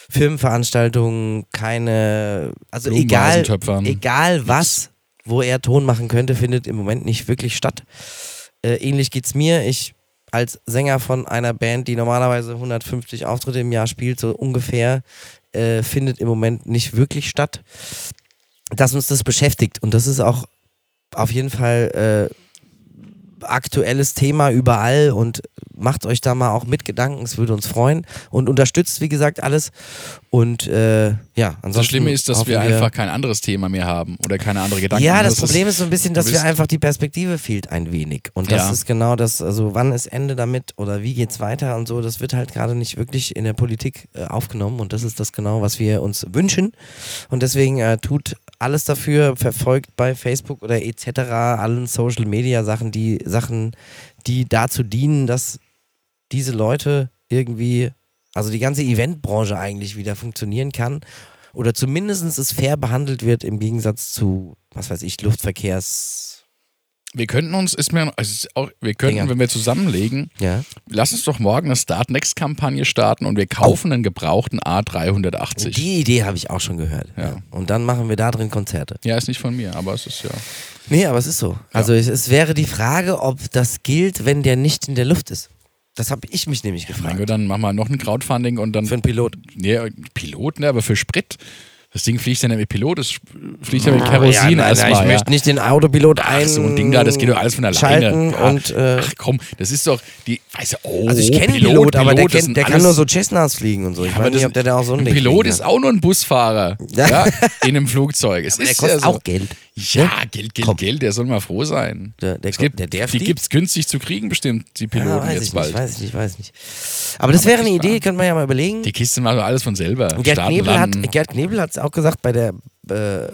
Speaker 1: Filmveranstaltungen, keine, also egal,
Speaker 2: Blumenvasentöpfern.
Speaker 1: egal was, wo er Ton machen könnte, findet im Moment nicht wirklich statt. Äh, ähnlich geht's mir. Ich als Sänger von einer Band, die normalerweise 150 Auftritte im Jahr spielt, so ungefähr, äh, findet im Moment nicht wirklich statt. Dass uns das beschäftigt und das ist auch auf jeden Fall äh, aktuelles Thema überall und macht euch da mal auch mit Gedanken, es würde uns freuen und unterstützt, wie gesagt, alles. Und äh, ja, ansonsten.
Speaker 2: Das Schlimme ist, dass
Speaker 1: hoffen
Speaker 2: wir einfach kein anderes Thema mehr haben oder keine andere Gedanken.
Speaker 1: ja, das,
Speaker 2: ist-
Speaker 1: Problem ist so ein bisschen, dass
Speaker 2: du
Speaker 1: wir
Speaker 2: bist-
Speaker 1: einfach die Perspektive fehlt ein wenig. Und das
Speaker 2: Ja.
Speaker 1: ist genau das, also wann ist Ende damit oder wie geht's weiter und so, das wird halt gerade nicht wirklich in der Politik äh, aufgenommen und das ist das genau, was wir uns wünschen. Und deswegen äh, tut alles dafür, verfolgt bei Facebook oder etc. allen Social Media Sachen, die Sachen, die dazu dienen, dass diese Leute irgendwie, also die ganze Eventbranche eigentlich wieder funktionieren kann oder zumindest es fair behandelt wird im Gegensatz zu, was weiß ich, Luftverkehrs.
Speaker 2: Wir könnten uns, ist mir, also es ist auch, wir könnten,
Speaker 1: Dinger.
Speaker 2: wenn wir zusammenlegen,
Speaker 1: Ja.
Speaker 2: lass uns doch morgen eine Startnext-Kampagne starten und wir kaufen einen gebrauchten A380.
Speaker 1: Die Idee habe ich auch schon gehört.
Speaker 2: Ja.
Speaker 1: Und dann machen wir da drin Konzerte.
Speaker 2: Ja, ist nicht von mir, aber es ist ja.
Speaker 1: Nee, aber es ist so. Also es, es wäre die Frage, ob das gilt, wenn der nicht in der Luft ist. Das habe ich mich nämlich
Speaker 2: Mein
Speaker 1: gefragt.
Speaker 2: Gott, dann machen wir noch ein Crowdfunding und dann.
Speaker 1: Für einen Pilot.
Speaker 2: Nee, Pilot, ne, aber für Sprit. Das Ding fliegt ja nicht mit Pilot, es fliegt ja mit Kerosin
Speaker 1: Ah, nein,
Speaker 2: erstmal.
Speaker 1: ich
Speaker 2: ja.
Speaker 1: möchte nicht den Autopilot ein.
Speaker 2: Ach, so ein Ding da, das geht doch alles von
Speaker 1: Schalten
Speaker 2: alleine. Ja.
Speaker 1: und äh,
Speaker 2: Ach komm, das ist doch die, weißt du, oh,
Speaker 1: also ich kenne Pilot, Pilot, aber der, kennt, der kann nur so Cessnas fliegen und so. Ich
Speaker 2: aber
Speaker 1: weiß nicht,
Speaker 2: das-
Speaker 1: ob der da auch so ein,
Speaker 2: ein
Speaker 1: Ding
Speaker 2: Pilot
Speaker 1: fliegen
Speaker 2: ist
Speaker 1: kann.
Speaker 2: auch nur ein Busfahrer
Speaker 1: Ja.
Speaker 2: ja. in einem Flugzeug. Es
Speaker 1: Aber der
Speaker 2: ist
Speaker 1: kostet
Speaker 2: ja so.
Speaker 1: auch Geld.
Speaker 2: Ja, Geld, Geld,
Speaker 1: Komm.
Speaker 2: Geld, der soll mal froh sein.
Speaker 1: Der- der
Speaker 2: es gibt,
Speaker 1: kommt- der- der
Speaker 2: die
Speaker 1: fliegt?
Speaker 2: gibt es günstig zu kriegen, bestimmt, die Piloten
Speaker 1: Ah, weiß
Speaker 2: jetzt
Speaker 1: ich
Speaker 2: bald.
Speaker 1: Nicht, weiß ich nicht, weiß ich nicht. Aber das wäre eine
Speaker 2: nicht
Speaker 1: Idee,
Speaker 2: wahr.
Speaker 1: könnte man ja mal überlegen.
Speaker 2: Die Kiste macht alles von selber.
Speaker 1: Gerd
Speaker 2: Starten,
Speaker 1: Knebel, hat,
Speaker 2: landen.
Speaker 1: Gerd Knebel hat es auch gesagt bei der äh,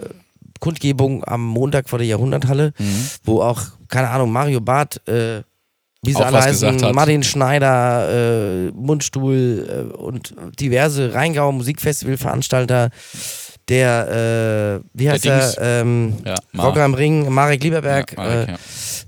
Speaker 1: Kundgebung am Montag vor der Jahrhunderthalle,
Speaker 2: Mhm.
Speaker 1: wo auch, keine Ahnung, Mario Barth, äh, wie sie
Speaker 2: Auch
Speaker 1: alle
Speaker 2: was
Speaker 1: heißen,
Speaker 2: gesagt hat.
Speaker 1: Martin Schneider, äh, Mundstuhl äh, und diverse Rheingau Musikfestivalveranstalter, der, äh, wie heißt
Speaker 2: Dings.
Speaker 1: er, ähm,
Speaker 2: Ja, Ma.
Speaker 1: Rocker am Ring, Marek Lieberberg,
Speaker 2: Ja, Marek,
Speaker 1: äh,
Speaker 2: ja.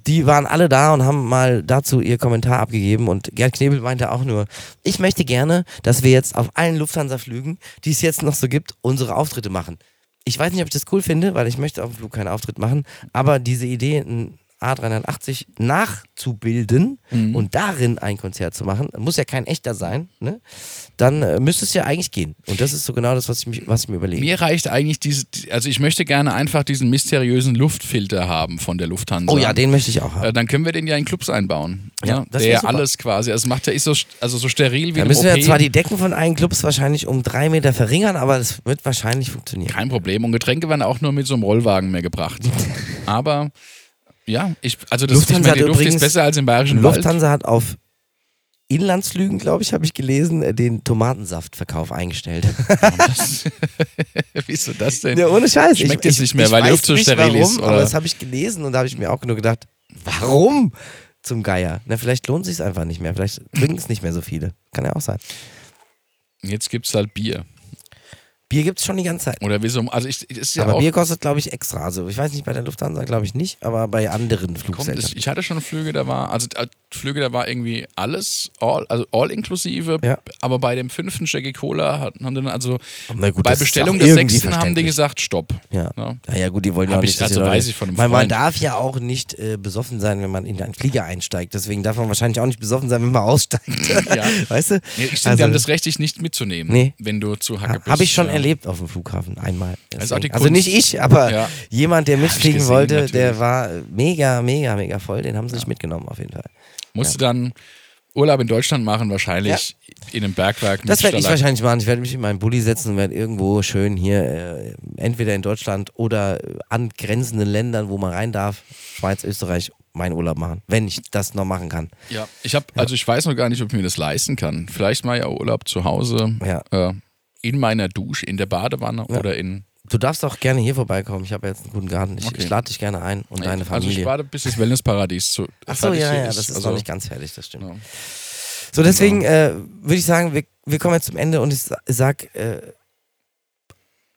Speaker 1: die waren alle da und haben mal dazu ihr Kommentar abgegeben und Gerd Knebel meinte auch nur, ich möchte gerne, dass wir jetzt auf allen Lufthansa-Flügen, die es jetzt noch so gibt, unsere Auftritte machen. Ich weiß nicht, ob ich das cool finde, weil ich möchte auf dem Flug keinen Auftritt machen, aber diese Idee, ein A380 nachzubilden und darin ein Konzert zu machen, muss ja kein echter sein, ne? dann äh, müsste es ja eigentlich gehen. Und das ist so genau das, was ich, mich, was ich mir überlege.
Speaker 2: Mir reicht eigentlich diese, also ich möchte gerne einfach diesen mysteriösen Luftfilter haben von der Lufthansa.
Speaker 1: Oh ja, den möchte ich auch haben.
Speaker 2: Äh, dann können wir den ja in Clubs einbauen.
Speaker 1: Ja,
Speaker 2: ne?
Speaker 1: das wär
Speaker 2: der
Speaker 1: super.
Speaker 2: alles quasi, also macht der ist so, st- also so steril wie
Speaker 1: Da
Speaker 2: ein
Speaker 1: müssen
Speaker 2: OP.
Speaker 1: wir zwar die Decken von allen Clubs wahrscheinlich um drei Meter verringern, aber das wird wahrscheinlich funktionieren.
Speaker 2: Kein Problem. Und Getränke werden auch nur mit so einem Rollwagen mehr gebracht. Aber ja, ich, also das
Speaker 1: Lufthansa
Speaker 2: ich meine, die
Speaker 1: hat
Speaker 2: Luft
Speaker 1: übrigens-
Speaker 2: ist besser als im Bayerischen Wald.
Speaker 1: Lufthansa hat auf Inlandsflügen, glaube ich, habe ich gelesen, äh, den Tomatensaftverkauf eingestellt.
Speaker 2: Wieso das denn?
Speaker 1: ja, ohne Scheiß.
Speaker 2: Schmeckt jetzt nicht mehr, weil die
Speaker 1: weiß
Speaker 2: Luft so
Speaker 1: nicht,
Speaker 2: steril
Speaker 1: warum,
Speaker 2: ist,
Speaker 1: Aber
Speaker 2: oder?
Speaker 1: das habe ich gelesen und da habe ich mir auch nur gedacht, warum zum Geier? Na, vielleicht lohnt sich einfach nicht mehr. Vielleicht trinken es nicht mehr so viele. Kann ja auch sein.
Speaker 2: Jetzt gibt es halt Bier.
Speaker 1: Bier gibt es schon die ganze Zeit.
Speaker 2: Oder wieso? Also ich, es ist ja
Speaker 1: aber
Speaker 2: auch,
Speaker 1: Bier kostet, glaube ich, extra. Also ich weiß nicht, bei der Lufthansa glaube ich nicht, aber bei anderen
Speaker 2: kommt, es,
Speaker 1: Fluggesellschaften.
Speaker 2: ich hatte schon Flüge, da war, also äh, Flüge, da war irgendwie alles, all, also all inklusive,
Speaker 1: Ja.
Speaker 2: aber bei dem fünften Jackie Cola hat- haben dann also
Speaker 1: Na gut,
Speaker 2: bei
Speaker 1: das ist
Speaker 2: Bestellung
Speaker 1: auch
Speaker 2: des
Speaker 1: irgendwie
Speaker 2: sechsten haben die
Speaker 1: verständlich.
Speaker 2: gesagt, stopp.
Speaker 1: Ja.
Speaker 2: Ne?
Speaker 1: Na ja, gut, die wollen ja auch
Speaker 2: Hab ich-
Speaker 1: nicht. dass die
Speaker 2: also
Speaker 1: Leute-
Speaker 2: weiß ich von einem
Speaker 1: Weil man
Speaker 2: Freund.
Speaker 1: darf ja auch nicht äh, besoffen sein, wenn man in einen Flieger einsteigt. Deswegen darf man wahrscheinlich auch nicht besoffen sein, wenn man aussteigt.
Speaker 2: Ja.
Speaker 1: Weißt du?
Speaker 2: Nee, ich stimmt, die haben das Recht, dich nicht mitzunehmen,
Speaker 1: Also Nee.
Speaker 2: wenn du zu Hacke bist.
Speaker 1: Habe ich schon
Speaker 2: ja.
Speaker 1: erlebt auf dem Flughafen einmal.
Speaker 2: Also auch die
Speaker 1: Deswegen- also nicht ich, aber
Speaker 2: Ja.
Speaker 1: jemand, der
Speaker 2: ich
Speaker 1: mitfliegen
Speaker 2: gesehen,
Speaker 1: wollte,
Speaker 2: natürlich.
Speaker 1: der war mega, mega, mega voll. Den haben sie nicht mitgenommen auf jeden Fall.
Speaker 2: Musst du dann Urlaub in Deutschland machen, wahrscheinlich in einem Bergwerk. mit
Speaker 1: Das werde ich
Speaker 2: Stalag-
Speaker 1: wahrscheinlich machen. Ich werde mich in meinen Bulli setzen und werde irgendwo schön hier, äh, entweder in Deutschland oder äh, angrenzenden Ländern, wo man rein darf, Schweiz, Österreich, meinen Urlaub machen, wenn ich das noch machen kann.
Speaker 2: Ja, ich habe, also ich weiß noch gar nicht, ob ich mir das leisten kann. Vielleicht mal ja Urlaub zu Hause,
Speaker 1: Ja.
Speaker 2: äh, in meiner Dusche, in der Badewanne oder in.
Speaker 1: Du darfst auch gerne hier vorbeikommen. Ich habe jetzt einen guten Garten. Ich,
Speaker 2: Okay.
Speaker 1: ich lade dich gerne ein und deine
Speaker 2: Also ich
Speaker 1: Familie.
Speaker 2: warte, bis das Wellnessparadies zu.
Speaker 1: Ach so,
Speaker 2: fertig
Speaker 1: ja,
Speaker 2: hier
Speaker 1: ja, das ist
Speaker 2: also,
Speaker 1: noch nicht ganz fertig, das stimmt.
Speaker 2: Ja.
Speaker 1: So, deswegen
Speaker 2: Genau.
Speaker 1: äh, würde ich sagen, wir, wir kommen jetzt zum Ende und ich sa- sag äh,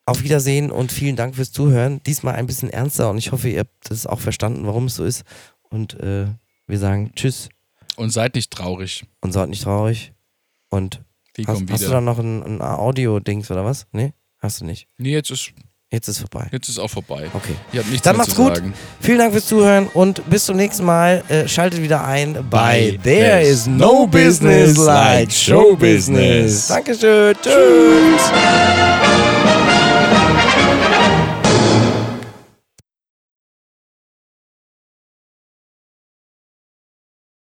Speaker 1: auf Wiedersehen und vielen Dank fürs Zuhören. Diesmal ein bisschen ernster und ich hoffe, ihr habt das auch verstanden, warum es so ist. Und äh, wir sagen Tschüss
Speaker 2: Und seid nicht traurig.
Speaker 1: und seid nicht traurig. Und
Speaker 2: Die
Speaker 1: hast,
Speaker 2: kommen
Speaker 1: hast du
Speaker 2: wieder.
Speaker 1: da noch ein, ein Audio-Dings oder was? Nee, hast du nicht.
Speaker 2: Nee, jetzt ist,
Speaker 1: Jetzt ist vorbei.
Speaker 2: jetzt ist auch vorbei.
Speaker 1: Okay.
Speaker 2: Ihr habt nichts
Speaker 1: Dann
Speaker 2: mehr
Speaker 1: macht's
Speaker 2: zu
Speaker 1: gut.
Speaker 2: sagen.
Speaker 1: Vielen Dank fürs Zuhören und bis zum nächsten Mal. Äh, schaltet wieder ein bei
Speaker 2: Bei
Speaker 1: There
Speaker 2: There's
Speaker 1: is no business like show business. Dankeschön. Tschüss.